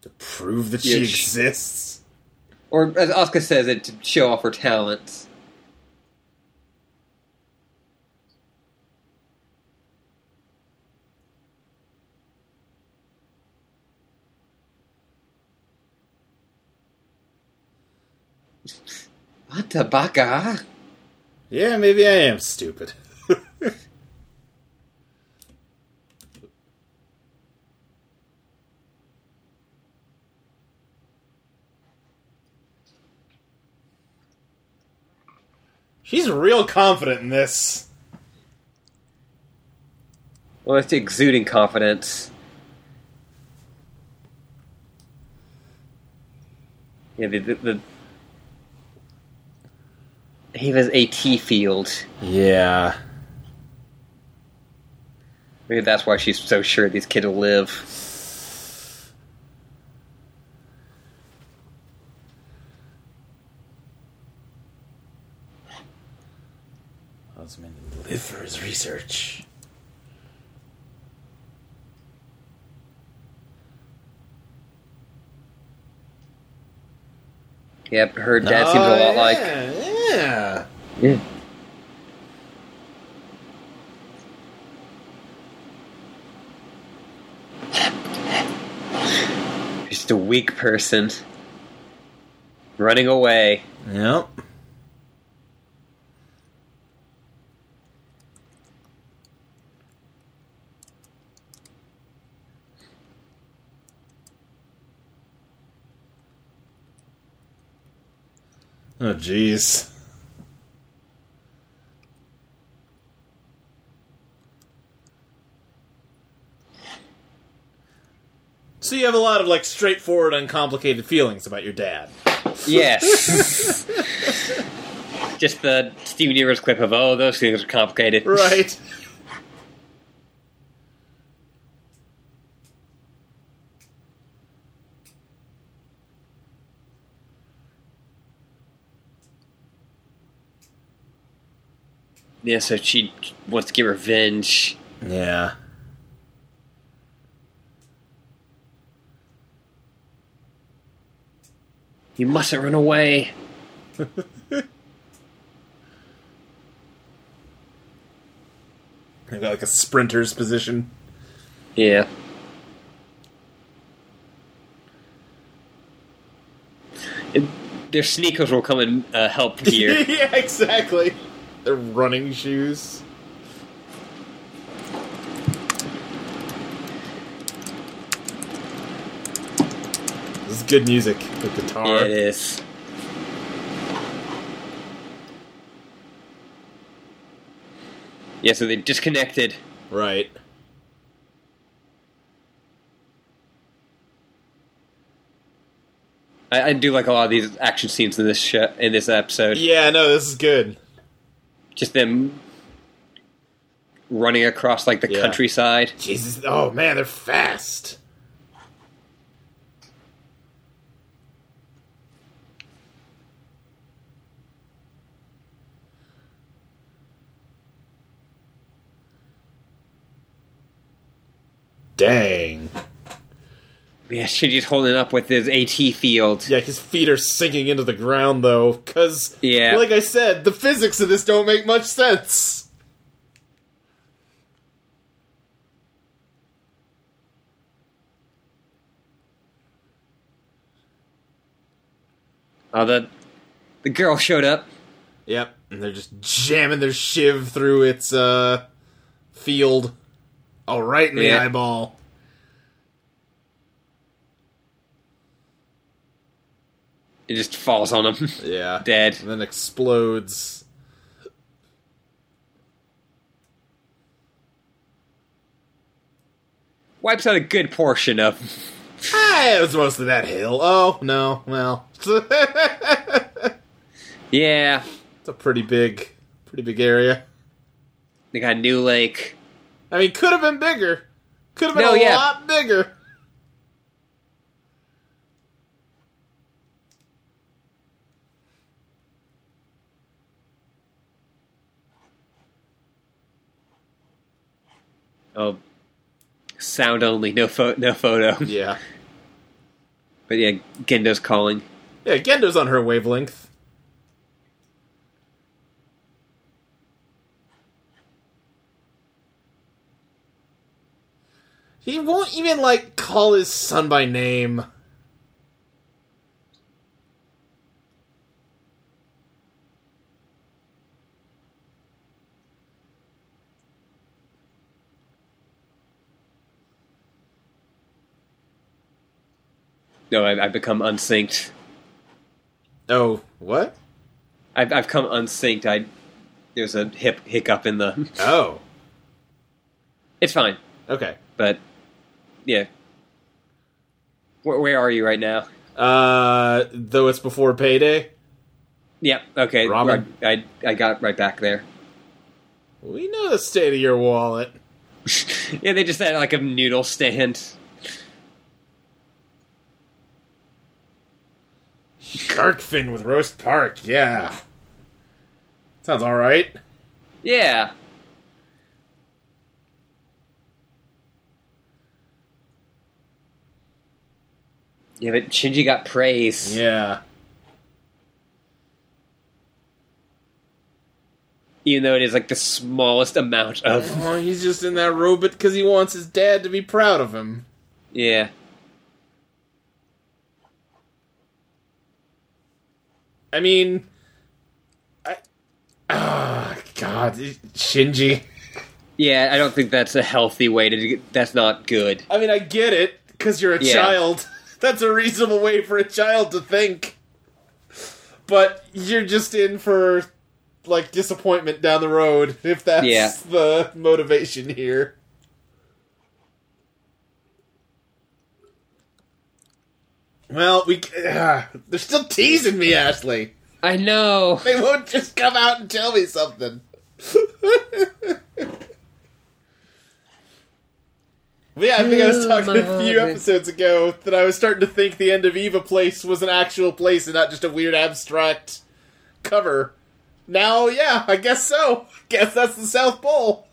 Speaker 2: To prove that
Speaker 1: Yeah,
Speaker 2: she
Speaker 1: sh-
Speaker 2: exists.
Speaker 1: or as Oscar says it, to show off her talents. Atabaka.
Speaker 2: Yeah, maybe I am stupid. She's real confident in this.
Speaker 1: Well, it's exuding confidence. Yeah, the, the, the he has a T field.
Speaker 2: Yeah.
Speaker 1: Maybe that's why she's so sure these kids will live.
Speaker 2: Osman live for his research.
Speaker 1: Yep, her dad
Speaker 2: Oh,
Speaker 1: seems a lot like
Speaker 2: like. Yeah.
Speaker 1: yeah. Just a weak person running away.
Speaker 2: Yep. Oh, jeez. So you have a lot of like straightforward, uncomplicated feelings about your dad.
Speaker 1: Yes. Just the Steven Universe clip of oh, those things are complicated.
Speaker 2: Right.
Speaker 1: Yeah, so she wants to get revenge.
Speaker 2: Yeah.
Speaker 1: You mustn't run away.
Speaker 2: They've got like a sprinter's position.
Speaker 1: Yeah. It, their sneakers will come and uh, help here.
Speaker 2: yeah, exactly. They're running shoes. This is good music. The
Speaker 1: Yeah,
Speaker 2: guitar.
Speaker 1: it is. Yeah, so they disconnected.
Speaker 2: Right.
Speaker 1: I, I do like a lot of these action scenes in this show, in this episode.
Speaker 2: Yeah, no, this is good.
Speaker 1: Just them running across like the
Speaker 2: Yeah.
Speaker 1: countryside.
Speaker 2: Jesus. Oh, man, they're fast. Dang.
Speaker 1: Yeah, Shinji's holding up with his AT field.
Speaker 2: Yeah, his feet are sinking into the ground, though, because,
Speaker 1: Yeah.
Speaker 2: like I said, the physics of this don't make much sense.
Speaker 1: Oh, the the girl showed up.
Speaker 2: Yep, and they're just jamming their shiv through its uh field. Oh, right in the
Speaker 1: Yeah.
Speaker 2: eyeball.
Speaker 1: It just falls on him,
Speaker 2: Yeah.
Speaker 1: dead.
Speaker 2: And then explodes.
Speaker 1: wipes out a good portion of
Speaker 2: Ah, it was mostly that hill. Oh no, well, it's
Speaker 1: yeah.
Speaker 2: a pretty big, pretty big area.
Speaker 1: They got New Lake.
Speaker 2: I mean, could have been bigger. Could have been
Speaker 1: No,
Speaker 2: a
Speaker 1: yeah.
Speaker 2: lot bigger.
Speaker 1: Oh, sound only, no pho- no photo.
Speaker 2: Yeah,
Speaker 1: But yeah, Gendo's calling.
Speaker 2: yeah. Gendo's on her wavelength. He won't even like call his son by name.
Speaker 1: No, I, I've become unsynced.
Speaker 2: Oh, what?
Speaker 1: I've, I've come unsynced. I there's a hip hiccup in the.
Speaker 2: Oh,
Speaker 1: It's fine,
Speaker 2: okay.
Speaker 1: but yeah. Where, where are you right now?
Speaker 2: Uh, though it's before payday.
Speaker 1: Yeah. Okay.
Speaker 2: Robin.
Speaker 1: I, I I got right back there.
Speaker 2: We know the state of your wallet.
Speaker 1: yeah, they just had like a noodle stand.
Speaker 2: Shark fin with roast park. Yeah, sounds all right.
Speaker 1: Yeah. Yeah, but Shinji got praise.
Speaker 2: Yeah,
Speaker 1: Even though it is like the smallest amount of.
Speaker 2: oh, he's just in that robot because he wants his dad to be proud of him.
Speaker 1: Yeah.
Speaker 2: I mean, I, ah, God, Shinji.
Speaker 1: Yeah, I don't think that's a healthy way to. Get, that's not good.
Speaker 2: I mean, I get it because you're a
Speaker 1: Yeah.
Speaker 2: child. That's a reasonable way for a child to think. But you're just in for like disappointment down the road if that's
Speaker 1: Yeah.
Speaker 2: the motivation here. Well, we uh, they're still teasing me, Ashley.
Speaker 1: I know.
Speaker 2: They won't just come out and tell me something. But yeah, I think I was
Speaker 1: Oh,
Speaker 2: talking a
Speaker 1: my
Speaker 2: few
Speaker 1: God.
Speaker 2: episodes ago that I was starting to think the end of Eva Place was an actual place and not just a weird abstract cover. Now, yeah, I guess so. guess that's the South Pole.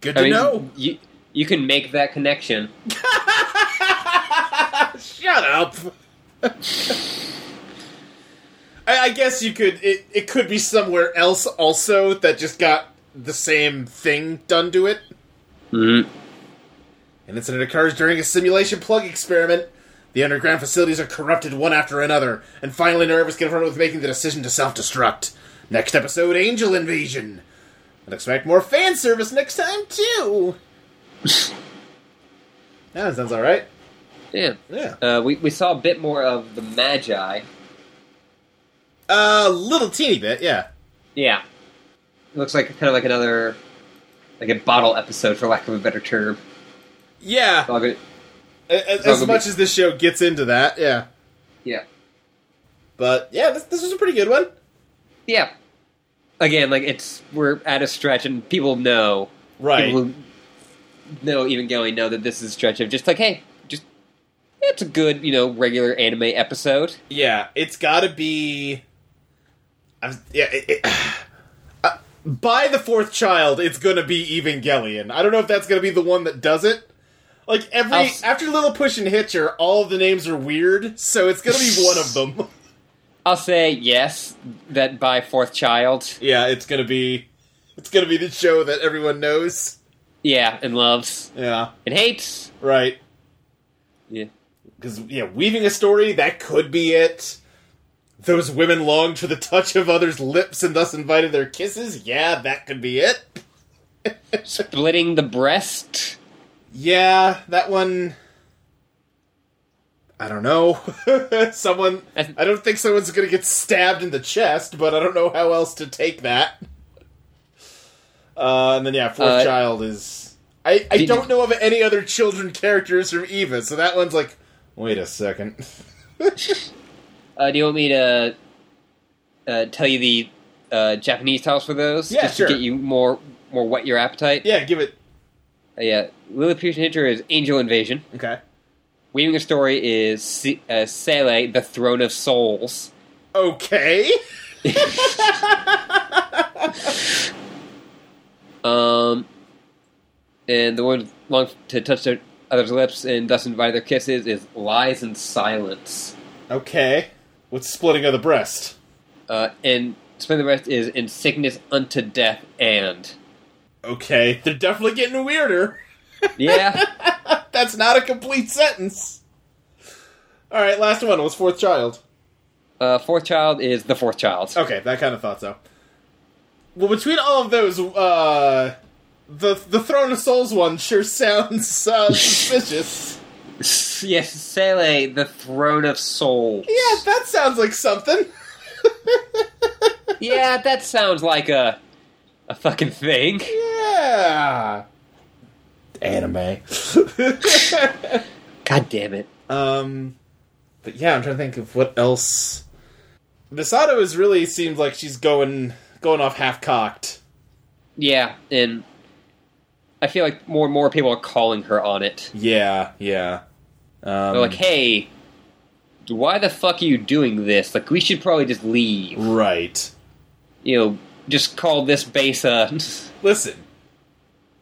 Speaker 2: Good to
Speaker 1: I mean,
Speaker 2: know.
Speaker 1: you you can make that connection.
Speaker 2: Shut up. I, I guess you could. It, it could be somewhere else also that just got the same thing done to it.
Speaker 1: Mm-hmm.
Speaker 2: An incident occurs during a simulation plug experiment. The underground facilities are corrupted one after another, and finally, Nerve is confronted with making the decision to self destruct. Next episode Angel Invasion. And expect more fan service next time, too! that sounds alright.
Speaker 1: Yeah.
Speaker 2: Yeah.
Speaker 1: Uh, we we saw a bit more of the Magi.
Speaker 2: A little teeny bit, yeah.
Speaker 1: Yeah. looks like kind of like another like a bottle episode for lack of a better term.
Speaker 2: Yeah,
Speaker 1: All good.
Speaker 2: a- a-
Speaker 1: So
Speaker 2: as
Speaker 1: it'll
Speaker 2: much
Speaker 1: be-
Speaker 2: as this show gets into that, yeah.
Speaker 1: Yeah.
Speaker 2: But yeah, this, this was a pretty good one.
Speaker 1: Yeah. Again, like it's we're at a stretch and people know people who know even going know that this is a stretch of just like, hey, just it's a good, you know, regular anime episode.
Speaker 2: Yeah, it's got to be. I'm, yeah, it, it, Uh, by the fourth child, it's going to be Evangelion. I don't know if that's going to be the one that does it. Like every
Speaker 1: I'll s-
Speaker 2: after Little Push and Hitcher, all of the names are weird, so it's going to be one of them.
Speaker 1: I'll say yes, that by fourth child.
Speaker 2: yeah, it's going to be it's going to be the show that everyone knows.
Speaker 1: Yeah, and loves.
Speaker 2: Yeah,
Speaker 1: And hates.
Speaker 2: right.
Speaker 1: Yeah.
Speaker 2: because yeah, weaving a story that could be it. Those women longed for the touch of others' lips and thus invited their kisses. Yeah, that could be it.
Speaker 1: Splitting the breast.
Speaker 2: Yeah, that one. I don't know. Someone.
Speaker 1: That's-
Speaker 2: I don't think someone's gonna get stabbed in the chest, but I don't know how else to take that. Uh, and then yeah, fourth
Speaker 1: Uh,
Speaker 2: child is I, I
Speaker 1: did
Speaker 2: don't
Speaker 1: you-
Speaker 2: know of any other children characters from Eva, so that one's like, wait a second.
Speaker 1: Uh, do you want me to uh, tell you the uh, Japanese titles for those?
Speaker 2: Yeah,
Speaker 1: just
Speaker 2: sure.
Speaker 1: to get you more more whet your appetite.
Speaker 2: yeah, give it.
Speaker 1: Uh, yeah. Lily Pearson Hitcher is Angel Invasion.
Speaker 2: Okay.
Speaker 1: Weaving a Story is Se- uh, Sele, the Throne of Souls.
Speaker 2: Okay.
Speaker 1: Um, and the one long to touch their other's lips and thus invite their kisses is Lies and Silence.
Speaker 2: okay. What's splitting of the breast?
Speaker 1: Uh, and spend the rest is In Sickness Unto Death and.
Speaker 2: Okay. They're definitely getting weirder.
Speaker 1: Yeah.
Speaker 2: That's not a complete sentence. All right, last one was fourth child.
Speaker 1: uh, fourth Child is The Fourth Child.
Speaker 2: Okay, that kind of thought so. Well, between all of those, uh, the the Throne of Souls one sure sounds uh, suspicious.
Speaker 1: Yes, Sele, the Throne of Souls.
Speaker 2: Yeah, that sounds like something.
Speaker 1: Yeah, that sounds like a a fucking thing.
Speaker 2: Yeah, anime.
Speaker 1: God damn it.
Speaker 2: um, but yeah, I'm trying to think of what else. Misato has really seemed like she's going going off half cocked.
Speaker 1: Yeah, and I feel like more and more people are calling her on it.
Speaker 2: Yeah, yeah. Um,
Speaker 1: They're like, "Hey, why the fuck are you doing this? Like, we should probably just leave.
Speaker 2: right.
Speaker 1: You know, just call this base a.
Speaker 2: Listen,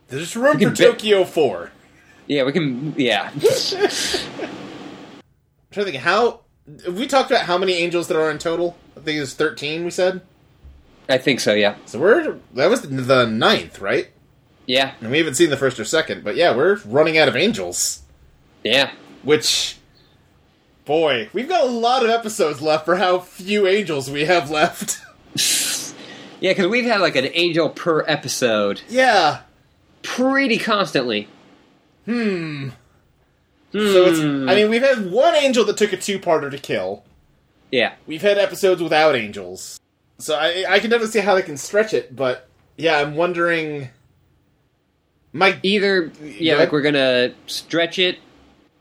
Speaker 2: there's room
Speaker 1: You
Speaker 2: for
Speaker 1: can bet-
Speaker 2: Tokyo Four.
Speaker 1: yeah, we can. Yeah,
Speaker 2: I'm trying to think how have we talked about how many angels there are in total. I think it was thirteen. We said
Speaker 1: I think so. Yeah,
Speaker 2: so. We're that was the ninth, right?
Speaker 1: yeah,
Speaker 2: And we haven't seen the first or second, but yeah, we're running out of angels.
Speaker 1: yeah.
Speaker 2: Which, boy, we've got a lot of episodes left for how few angels we have left.
Speaker 1: Yeah, because we've had like an angel per episode
Speaker 2: yeah.
Speaker 1: pretty constantly. Hmm.
Speaker 2: Hmm. So it's. I mean, we've had one angel that took a two-parter to kill.
Speaker 1: Yeah,
Speaker 2: We've had episodes without angels, so I I can definitely see how they can stretch it. But yeah, I'm wondering. My
Speaker 1: either yeah,
Speaker 2: ahead.
Speaker 1: like we're gonna stretch it.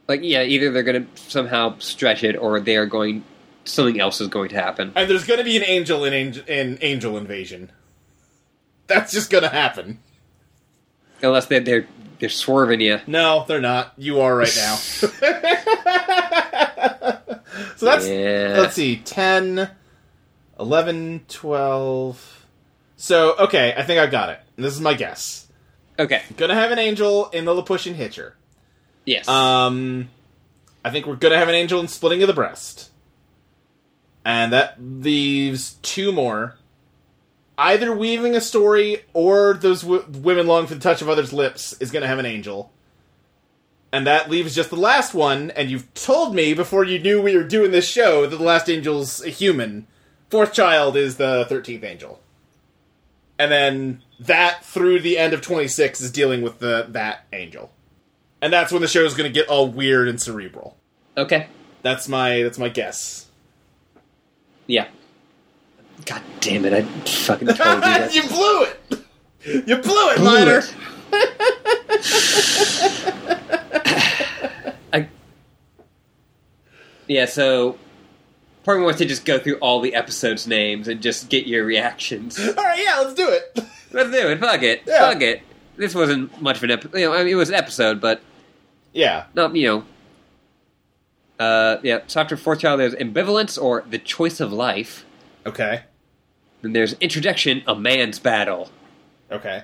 Speaker 1: Like yeah, either they're gonna somehow stretch it, or they are going. Something else is going to happen.
Speaker 2: And there's going to be an angel in angel, in angel invasion. That's just going to happen.
Speaker 1: Unless they're they're, they're swerving you.
Speaker 2: No, they're not. You are right now. so that's
Speaker 1: Yeah.
Speaker 2: let's see 10 11 12 So, okay, I think I got it. This is my guess.
Speaker 1: Okay.
Speaker 2: Going to have an angel in the Lapushian Hitcher.
Speaker 1: Yes.
Speaker 2: Um, I think we're gonna have an angel in splitting of the breast, and that leaves two more. Either weaving a story or those w- women long for the touch of others' lips is gonna have an angel, and that leaves just the last one. And you've told me before you knew we were doing this show that the last angel's a human. Fourth child is the thirteenth angel, and then that through the end of twenty six is dealing with the that angel and that's when the show is going to get all weird and cerebral.
Speaker 1: okay.
Speaker 2: That's my that's my guess.
Speaker 1: Yeah. God damn it! I fucking told you that.
Speaker 2: you blew it. You blew it,
Speaker 1: Blew
Speaker 2: Liner.
Speaker 1: it. I. Yeah. So, part of me wants to just go through all the episodes' names and just get your reactions.
Speaker 2: All right, yeah, let's do it.
Speaker 1: Let's do it. Fuck it.
Speaker 2: Yeah.
Speaker 1: Fuck it. This wasn't much of an episode. You know, I mean, it was an episode, but
Speaker 2: Yeah.
Speaker 1: not you know. Uh, yeah. So after fourth child, there's ambivalence or the choice of life.
Speaker 2: Okay.
Speaker 1: Then there's introduction, a man's battle.
Speaker 2: Okay.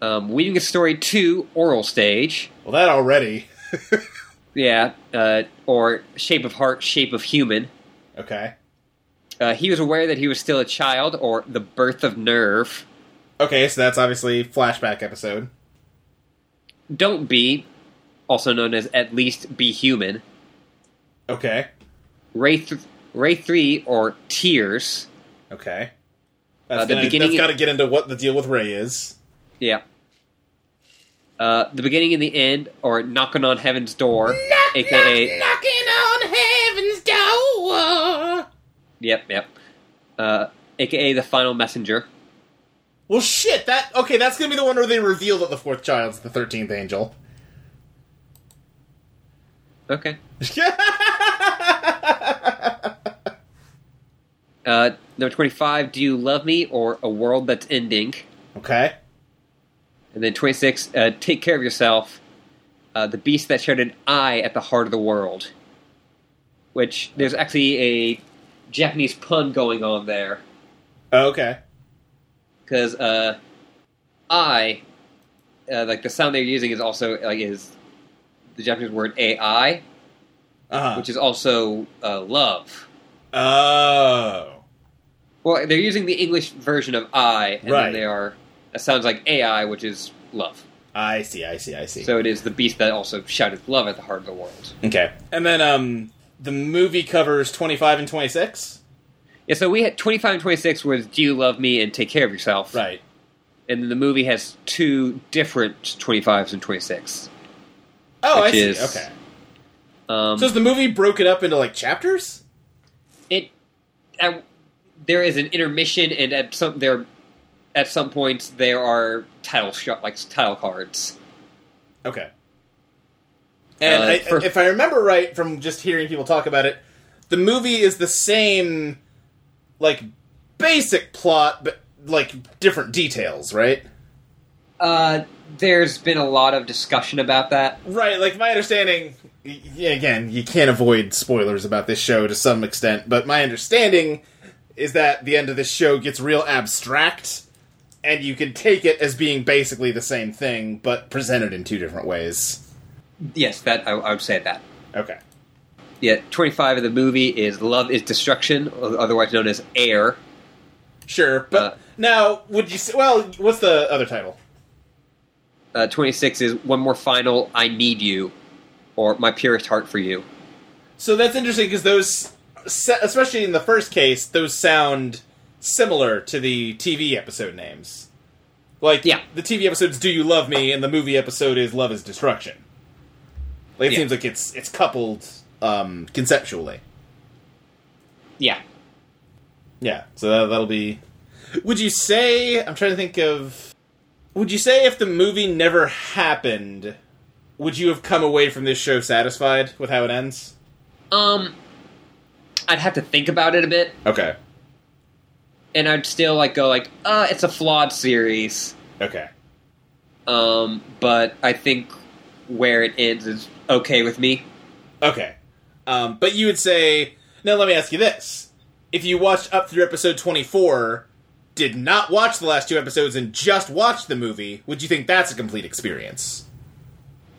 Speaker 1: Um, weaving a story two, oral stage.
Speaker 2: Well, that already.
Speaker 1: Yeah. Uh, or shape of heart, shape of human.
Speaker 2: Okay.
Speaker 1: Uh, he was aware that he was still a child, or the birth of nerve.
Speaker 2: Okay, so that's obviously flashback episode.
Speaker 1: Don't be, also known as at least be human.
Speaker 2: Okay.
Speaker 1: Ray, th- Ray three or tears.
Speaker 2: Okay. That's,
Speaker 1: Uh, the
Speaker 2: gonna,
Speaker 1: beginning-
Speaker 2: that's got to get into what the deal with Ray is.
Speaker 1: Yeah. Uh, the beginning and the end, or knocking on heaven's door, aka
Speaker 2: knocking on heaven's door.
Speaker 1: yep, yep, uh, aka the final messenger.
Speaker 2: Well, shit. That okay. That's gonna be the one where they reveal that the fourth child's the thirteenth angel.
Speaker 1: Okay. Uh, number 25, Do You Love Me or A World That's Ending?
Speaker 2: okay.
Speaker 1: And then 26, uh, Take Care of Yourself, uh, The Beast That Shared an Eye at the Heart of the World. Which, there's actually a Japanese pun going on there.
Speaker 2: Okay.
Speaker 1: Because, uh, I, uh, like the sound they're using is also, like, is the Japanese word AI,
Speaker 2: Uh huh.
Speaker 1: which is also, uh, love.
Speaker 2: Oh.
Speaker 1: Well, they're using the English version of I, and
Speaker 2: Right.
Speaker 1: then they are, that sounds like AI, which is love.
Speaker 2: I see. I see. I see.
Speaker 1: So it is the beast that also shouted love at the heart of the world.
Speaker 2: okay. And then um, the movie covers twenty five and twenty six.
Speaker 1: Yeah, so we had 25 and 26 was Do You Love Me and Take Care of Yourself.
Speaker 2: Right.
Speaker 1: And then the movie has two different 25s and 26.
Speaker 2: Oh,
Speaker 1: Which
Speaker 2: I see.
Speaker 1: is-
Speaker 2: Okay.
Speaker 1: Um,
Speaker 2: So is the movie broken up into like chapters?
Speaker 1: it at, there is an intermission, and at some there at some points there are title shot like title cards.
Speaker 2: Okay. And
Speaker 1: Uh,
Speaker 2: I,
Speaker 1: for-
Speaker 2: if I remember right from just hearing people talk about it, the movie is the same, like, basic plot, but, like, different details, right?
Speaker 1: Uh, there's been a lot of discussion about that.
Speaker 2: Right, like, my understanding, y- y- again, you can't avoid spoilers about this show to some extent, but my understanding is that the end of this show gets real abstract, and you can take it as being basically the same thing, but presented in two different ways.
Speaker 1: Yes, that I, I would say that.
Speaker 2: Okay.
Speaker 1: Yeah, 25 of the movie is Love is Destruction, otherwise known as Air.
Speaker 2: Sure, but
Speaker 1: Uh,
Speaker 2: now would you say? Well, what's the other title?
Speaker 1: Uh, 26 is One More Final, I Need You, or My Purest Heart for You.
Speaker 2: So that's interesting because those, se- especially in the first case, those sound similar to the TV episode names. Like,
Speaker 1: Yeah.
Speaker 2: the TV episode's "Do You Love Me" and the movie episode is "Love Is Destruction." Like, it
Speaker 1: Yeah.
Speaker 2: seems like it's it's coupled um, conceptually.
Speaker 1: Yeah.
Speaker 2: Yeah, so that, that'll be. Would you say? I'm trying to think of. Would you say if the movie never happened, would you have come away from this show satisfied with how it ends?
Speaker 1: Um, I'd have to think about it a bit,
Speaker 2: Okay.
Speaker 1: and I'd still, like, go like, uh, it's a flawed series.
Speaker 2: Okay.
Speaker 1: Um, but I think where it ends is okay with me.
Speaker 2: Okay. Um, but you would say. Now, let me ask you this. If you watched up through episode 24, did not watch the last two episodes, and just watched the movie, would you think that's a complete experience?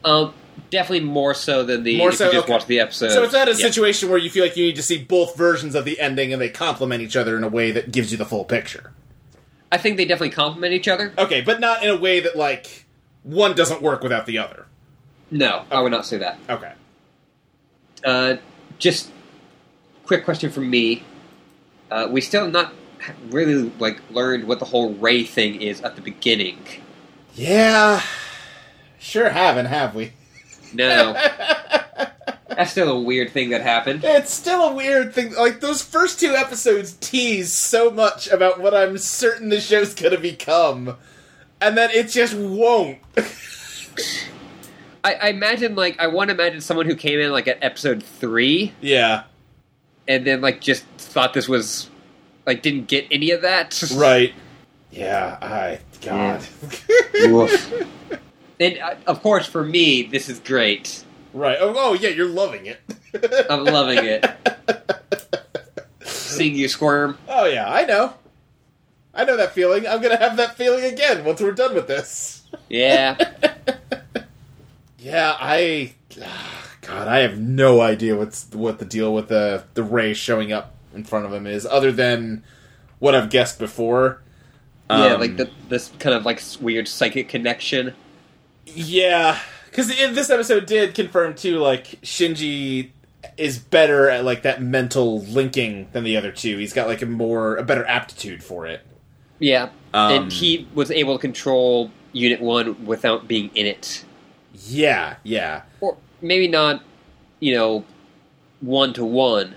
Speaker 1: Um, definitely more so than the,
Speaker 2: More
Speaker 1: if
Speaker 2: so,
Speaker 1: you just
Speaker 2: okay.
Speaker 1: watch the episode.
Speaker 2: So it's not a
Speaker 1: Uh, Yeah.
Speaker 2: situation where you feel like you need to see both versions of the ending and they complement each other in a way that gives you the full picture.
Speaker 1: I think they definitely complement each other.
Speaker 2: Okay, but not in a way that like one doesn't work without the other.
Speaker 1: No, I would not say that.
Speaker 2: Okay.
Speaker 1: Uh, just quick question from me. Uh, we still have not ha- really like learned what the whole Ray thing is at the beginning.
Speaker 2: Yeah. Sure haven't, have we?
Speaker 1: No, that's still a weird thing that happened.
Speaker 2: it's still a weird thing. Like those first two episodes tease so much about what I'm certain the show's gonna become. And then it just won't.
Speaker 1: I, I imagine like I want to imagine someone who came in like at episode three
Speaker 2: yeah.
Speaker 1: and then like just thought this was like didn't get any of that.
Speaker 2: Right. Yeah, I God.
Speaker 1: Woof. and uh, of course, for me, this is great.
Speaker 2: right. Oh, oh yeah, you're loving it.
Speaker 1: I'm loving it. Seeing you squirm.
Speaker 2: Oh yeah, I know. I know that feeling. I'm gonna have that feeling again once we're done with this.
Speaker 1: Yeah.
Speaker 2: Yeah, I. ah, God, I have no idea what's what the deal with the the Ray showing up in front of him is, other than what I've guessed before.
Speaker 1: yeah,
Speaker 2: Um,
Speaker 1: like the, this kind of like s- weird psychic connection.
Speaker 2: Yeah, because this episode did confirm too. Like Shinji is better at like that mental linking than the other two. He's got like a more a better aptitude for it.
Speaker 1: Yeah,
Speaker 2: Um,
Speaker 1: and he was able to control Unit One without being in it,
Speaker 2: Yeah, yeah.
Speaker 1: or maybe not, you know, one to one,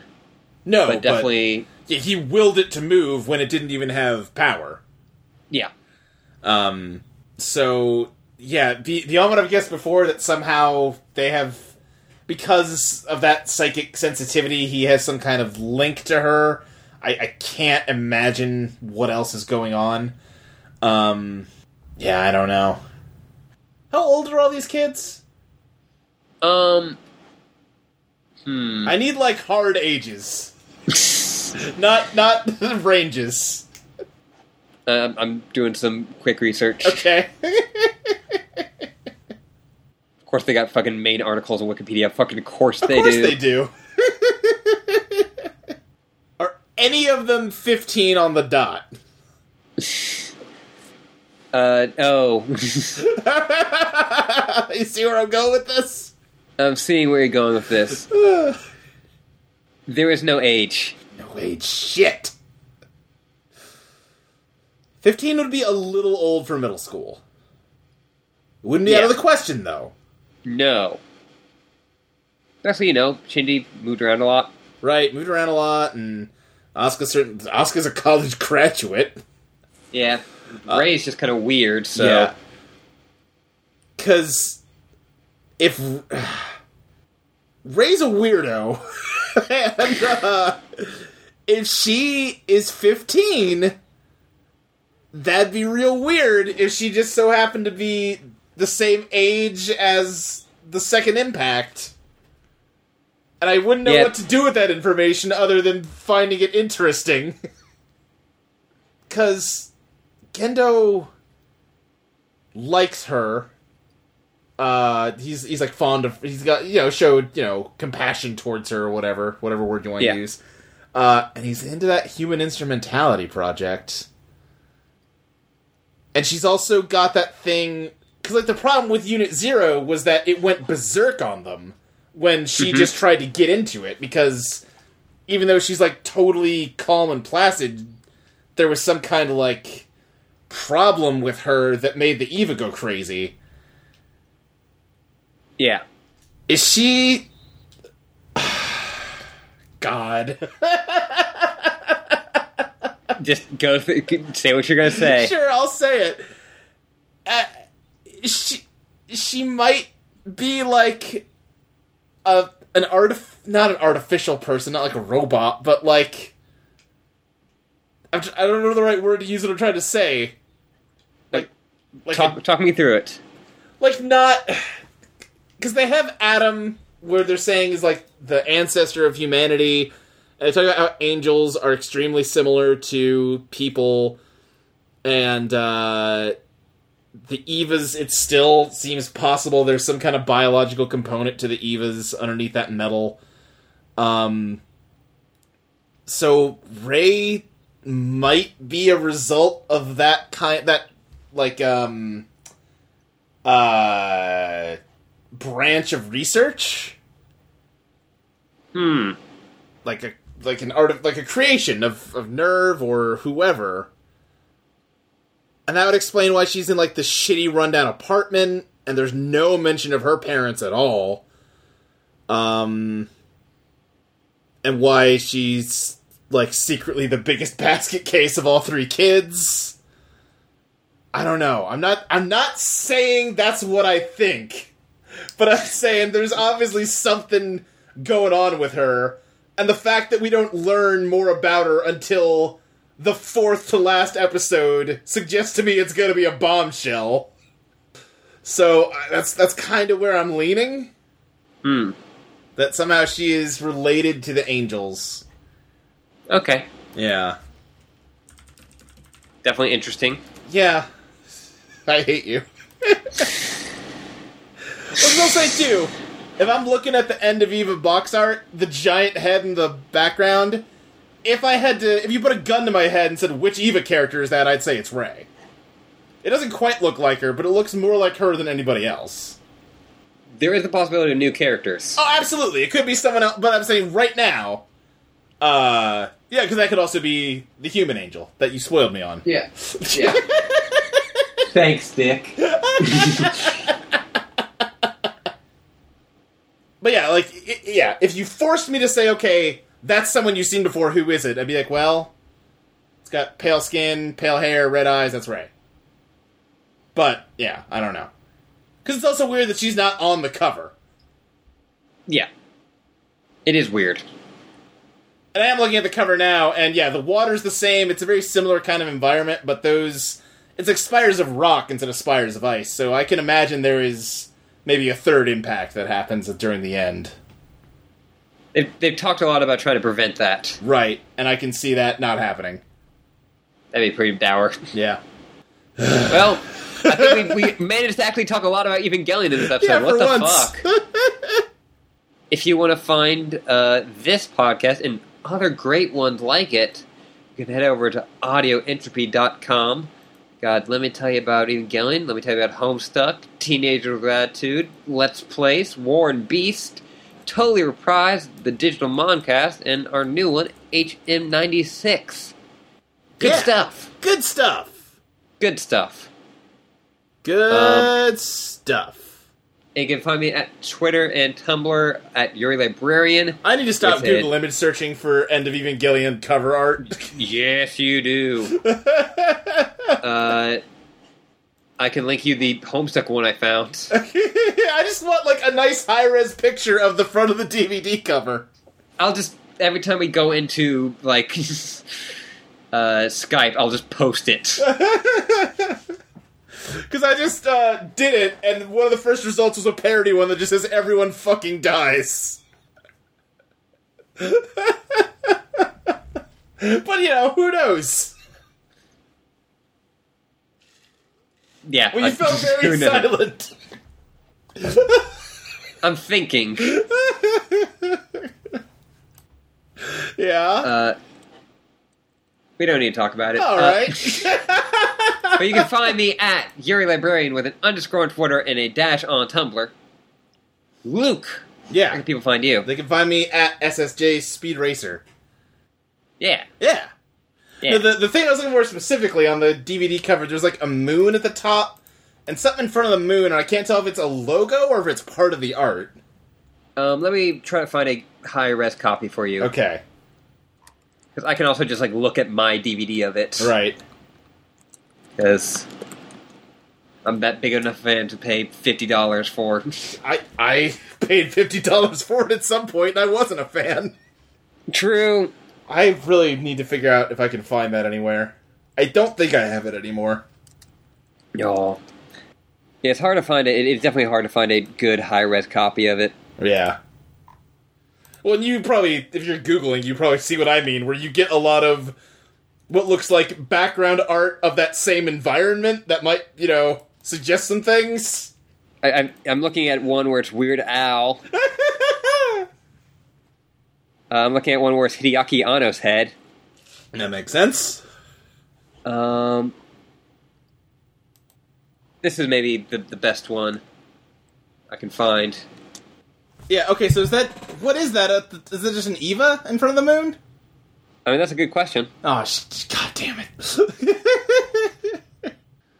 Speaker 2: No,
Speaker 1: but definitely,
Speaker 2: Yeah, he willed it to move when it didn't even have power.
Speaker 1: yeah.
Speaker 2: Um, so yeah, the the element I've guessed before that somehow they have because of that psychic sensitivity, he has some kind of link to her. I, I can't imagine what else is going on. Um, yeah, I don't know. How old are all these kids?
Speaker 1: Um. Hmm.
Speaker 2: I need like hard ages, not not ranges.
Speaker 1: Um, I'm doing some quick research.
Speaker 2: Okay.
Speaker 1: Of course, they got fucking main articles on Wikipedia. Fucking, of course
Speaker 2: Of
Speaker 1: they
Speaker 2: course
Speaker 1: do.
Speaker 2: they do. Are any of them 15 on the dot?
Speaker 1: Uh, oh,
Speaker 2: you see where I'm going with this?
Speaker 1: I'm seeing where you're going with this.
Speaker 2: no
Speaker 1: There is no age.
Speaker 2: wait, shit. 15 would be a little old for middle school. It wouldn't be out of
Speaker 1: Yeah.
Speaker 2: the question, though.
Speaker 1: No. That's what you know. Shindy moved around a lot.
Speaker 2: Right, moved around a lot, and Oscar's, certain, Oscar's a college graduate.
Speaker 1: Yeah.
Speaker 2: Uh,
Speaker 1: Ray's just kind of weird. So
Speaker 2: Because if Ray's a weirdo, and uh, if she is 15, that'd be real weird if she just so happened to be the same age as the second impact. And I wouldn't know
Speaker 1: Yeah.
Speaker 2: what to do with that information other than finding it interesting. Because Gendo likes her. Uh, he's he's like fond of he's got you know showed you know compassion towards her or whatever whatever word you want
Speaker 1: Yeah.
Speaker 2: to use. Uh, and he's into that human instrumentality project. And she's also got that thing because like the problem with Unit Zero was that it went berserk on them when she
Speaker 1: Mhm.
Speaker 2: just tried to get into it because even though she's like totally calm and placid, there was some kind of like problem with her that made the Eva go crazy.
Speaker 1: yeah.
Speaker 2: Is she? God.
Speaker 1: Just go th- say what you're gonna say.
Speaker 2: Sure, I'll say it. Uh, she she might be like a an artif not an artificial person, not like a robot, but like I'm tr- I don't know the right word to use. What I'm trying to say, like like
Speaker 1: Talk, talk me through it.
Speaker 2: like not because they have Adam, where they're saying is like the ancestor of humanity. And they talk about how angels are extremely similar to people, and uh, the Evas. It still seems possible there's some kind of biological component to the Evas underneath that metal. Um, so Ray might be a result of that kind that like um uh, branch of research,
Speaker 1: Hmm.
Speaker 2: like a like an art of like a creation of of Nerve or whoever, and that would explain why she's in like the shitty rundown apartment, and there's no mention of her parents at all. Um, and why she's like secretly the biggest basket case of all three kids. I don't know. I'm not I'm not saying that's what I think. But I'm saying there's obviously something going on with her and the fact that we don't learn more about her until the fourth to last episode suggests to me it's going to be a bombshell. So I- that's that's kind of where I'm leaning
Speaker 1: Hmm.
Speaker 2: that somehow she is related to the angels.
Speaker 1: Okay.
Speaker 2: Yeah.
Speaker 1: Definitely interesting.
Speaker 2: Yeah. I hate you. What else I do? If I'm looking at the end of Eva box art, the giant head in the background, if I had to, if you put a gun to my head and said which Eva character is that, I'd say it's Ray. It doesn't quite look like her, but it looks more like her than anybody else.
Speaker 1: There is the possibility of new characters.
Speaker 2: Oh, absolutely, it could be someone else, but I'm saying right now, uh, yeah, because that could also be the human angel that you spoiled me on.
Speaker 1: Yeah. Yeah. Thanks, Dick.
Speaker 2: But yeah, like i i- yeah, if you forced me to say, okay, that's someone you've seen before, who is it? I'd be like, well, it's got pale skin, pale hair, red eyes. That's right. But yeah, I don't know. Because it's also weird that she's not on the cover.
Speaker 1: Yeah, it is weird.
Speaker 2: And I am looking at the cover now, and yeah, the water's the same. It's a very similar kind of environment, but those. It's like spires of rock instead of spires of ice, so I can imagine there is maybe a third impact that happens during the end.
Speaker 1: They've, they've talked a lot about trying to prevent that.
Speaker 2: Right, and I can see that not happening.
Speaker 1: That'd be pretty dour.
Speaker 2: Yeah.
Speaker 1: well, I think we, we managed to actually talk a lot about Evangelion in this episode.
Speaker 2: Yeah,
Speaker 1: what
Speaker 2: for
Speaker 1: the
Speaker 2: once.
Speaker 1: fuck? if you want to find uh, this podcast and other great ones like it, you can head over to audioentropy.com. God, let me tell you about Evangelion. Let me tell you about Homestuck, Teenager Gratitude, Let's Place, War and Beast, Totally Reprised, The Digital Moncast, and our new one, HM96. Good
Speaker 2: Yeah.
Speaker 1: stuff.
Speaker 2: Good stuff.
Speaker 1: Um, Good stuff.
Speaker 2: Good stuff.
Speaker 1: And you can find me at Twitter and Tumblr at Yuri Librarian.
Speaker 2: I need to stop
Speaker 1: That's it.
Speaker 2: Google image searching for End of Evangelion cover art.
Speaker 1: Yes, you do. uh, I can link you the Homestuck one I found.
Speaker 2: I just want like a nice high res picture of the front of the DVD cover.
Speaker 1: I'll just every time we go into like uh, Skype, I'll just post it.
Speaker 2: Because I just uh, did it, and one of the first results was a parody one that just says everyone fucking dies. but you know, who knows?
Speaker 1: Yeah,
Speaker 2: Well, you felt
Speaker 1: who
Speaker 2: very
Speaker 1: knows?
Speaker 2: silent.
Speaker 1: I'm thinking.
Speaker 2: Yeah.
Speaker 1: Uh, we don't need to talk about it.
Speaker 2: All
Speaker 1: Uh,
Speaker 2: right.
Speaker 1: but you can find me at Yuri Librarian with an underscore on Twitter and a dash on Tumblr. Luke, how
Speaker 2: yeah.
Speaker 1: can people find you?
Speaker 2: They can find me at SSJ Speed Racer.
Speaker 1: Yeah,
Speaker 2: Yeah.
Speaker 1: yeah.
Speaker 2: No, the, the thing I was looking for specifically on the DVD cover, there was like a moon at the top and something in front of the moon, and I can't tell if it's a logo or if it's part of the art.
Speaker 1: Um, let me try to find a high res copy for you because
Speaker 2: Okay.
Speaker 1: I can also just like look at my DVD of it.
Speaker 2: Right.
Speaker 1: Because I'm that big enough fan to pay fifty dollars for.
Speaker 2: I I paid fifty dollars for it at some point, and I wasn't a fan.
Speaker 1: True.
Speaker 2: I really need to figure out if I can find that anywhere. I don't think I have it anymore.
Speaker 1: Y'all. Yeah, it's hard to find it. It's definitely hard to find a good high res copy of it.
Speaker 2: Yeah. Well, and you probably, if you're Googling, you probably see what I mean, where you get a lot of what looks like background art of that same environment that might, you know, suggest some things.
Speaker 1: I, I'm, I'm looking at one where it's Weird Al. uh, I'm looking at one where it's Hideaki Anno's head.
Speaker 2: That makes sense.
Speaker 1: Um, this is maybe the, the best one I can find.
Speaker 2: Yeah, okay, so is that, what is that? Uh, Is it just an Eva in front of the moon?
Speaker 1: I mean, that's a good question.
Speaker 2: Oh, sh- god damn it.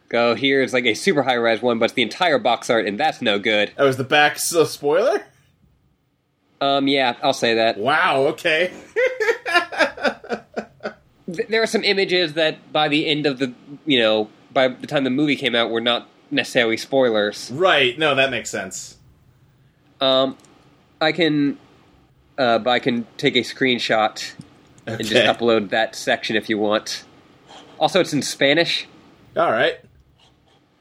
Speaker 1: Go here is like a super high res one, but it's the entire box art, and that's no good.
Speaker 2: oh, is the back s- a spoiler?
Speaker 1: Um, yeah, I'll say that.
Speaker 2: Wow, okay.
Speaker 1: Th- there are some images that by the end of the, you know, by the time the movie came out, were not necessarily spoilers.
Speaker 2: right, no, that makes sense.
Speaker 1: Um, I can, uh, but I can take a screenshot and just
Speaker 2: Okay.
Speaker 1: upload that section if you want. Also, it's in Spanish,
Speaker 2: Alright.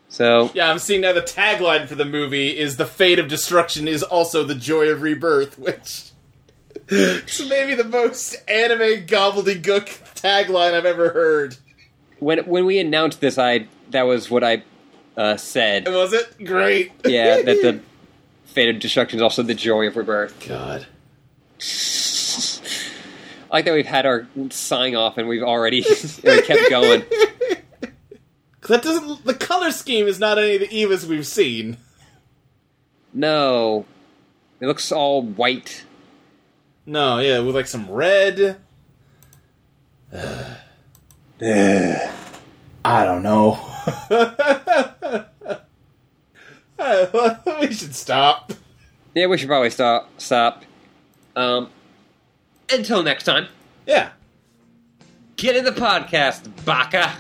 Speaker 1: so
Speaker 2: Yeah, I'm seeing now the tagline for the movie is the fate of destruction is also the joy of rebirth, which is maybe the most anime gobbledygook tagline I've ever heard.
Speaker 1: when when we announced this, I that was what I uh, said.
Speaker 2: Was it? Great.
Speaker 1: Yeah, that the fate of destruction is also the joy of rebirth.
Speaker 2: God.
Speaker 1: I like that we've had our sign off and we've already we kept going.
Speaker 2: That doesn't the color scheme is not any of the Evas we've seen.
Speaker 1: No, it looks all white.
Speaker 2: No, yeah, with like some red. I don't know. we should stop.
Speaker 1: Yeah, we should probably stop. Stop. Um, until next time,
Speaker 2: Yeah.
Speaker 1: get in the podcast, Baka.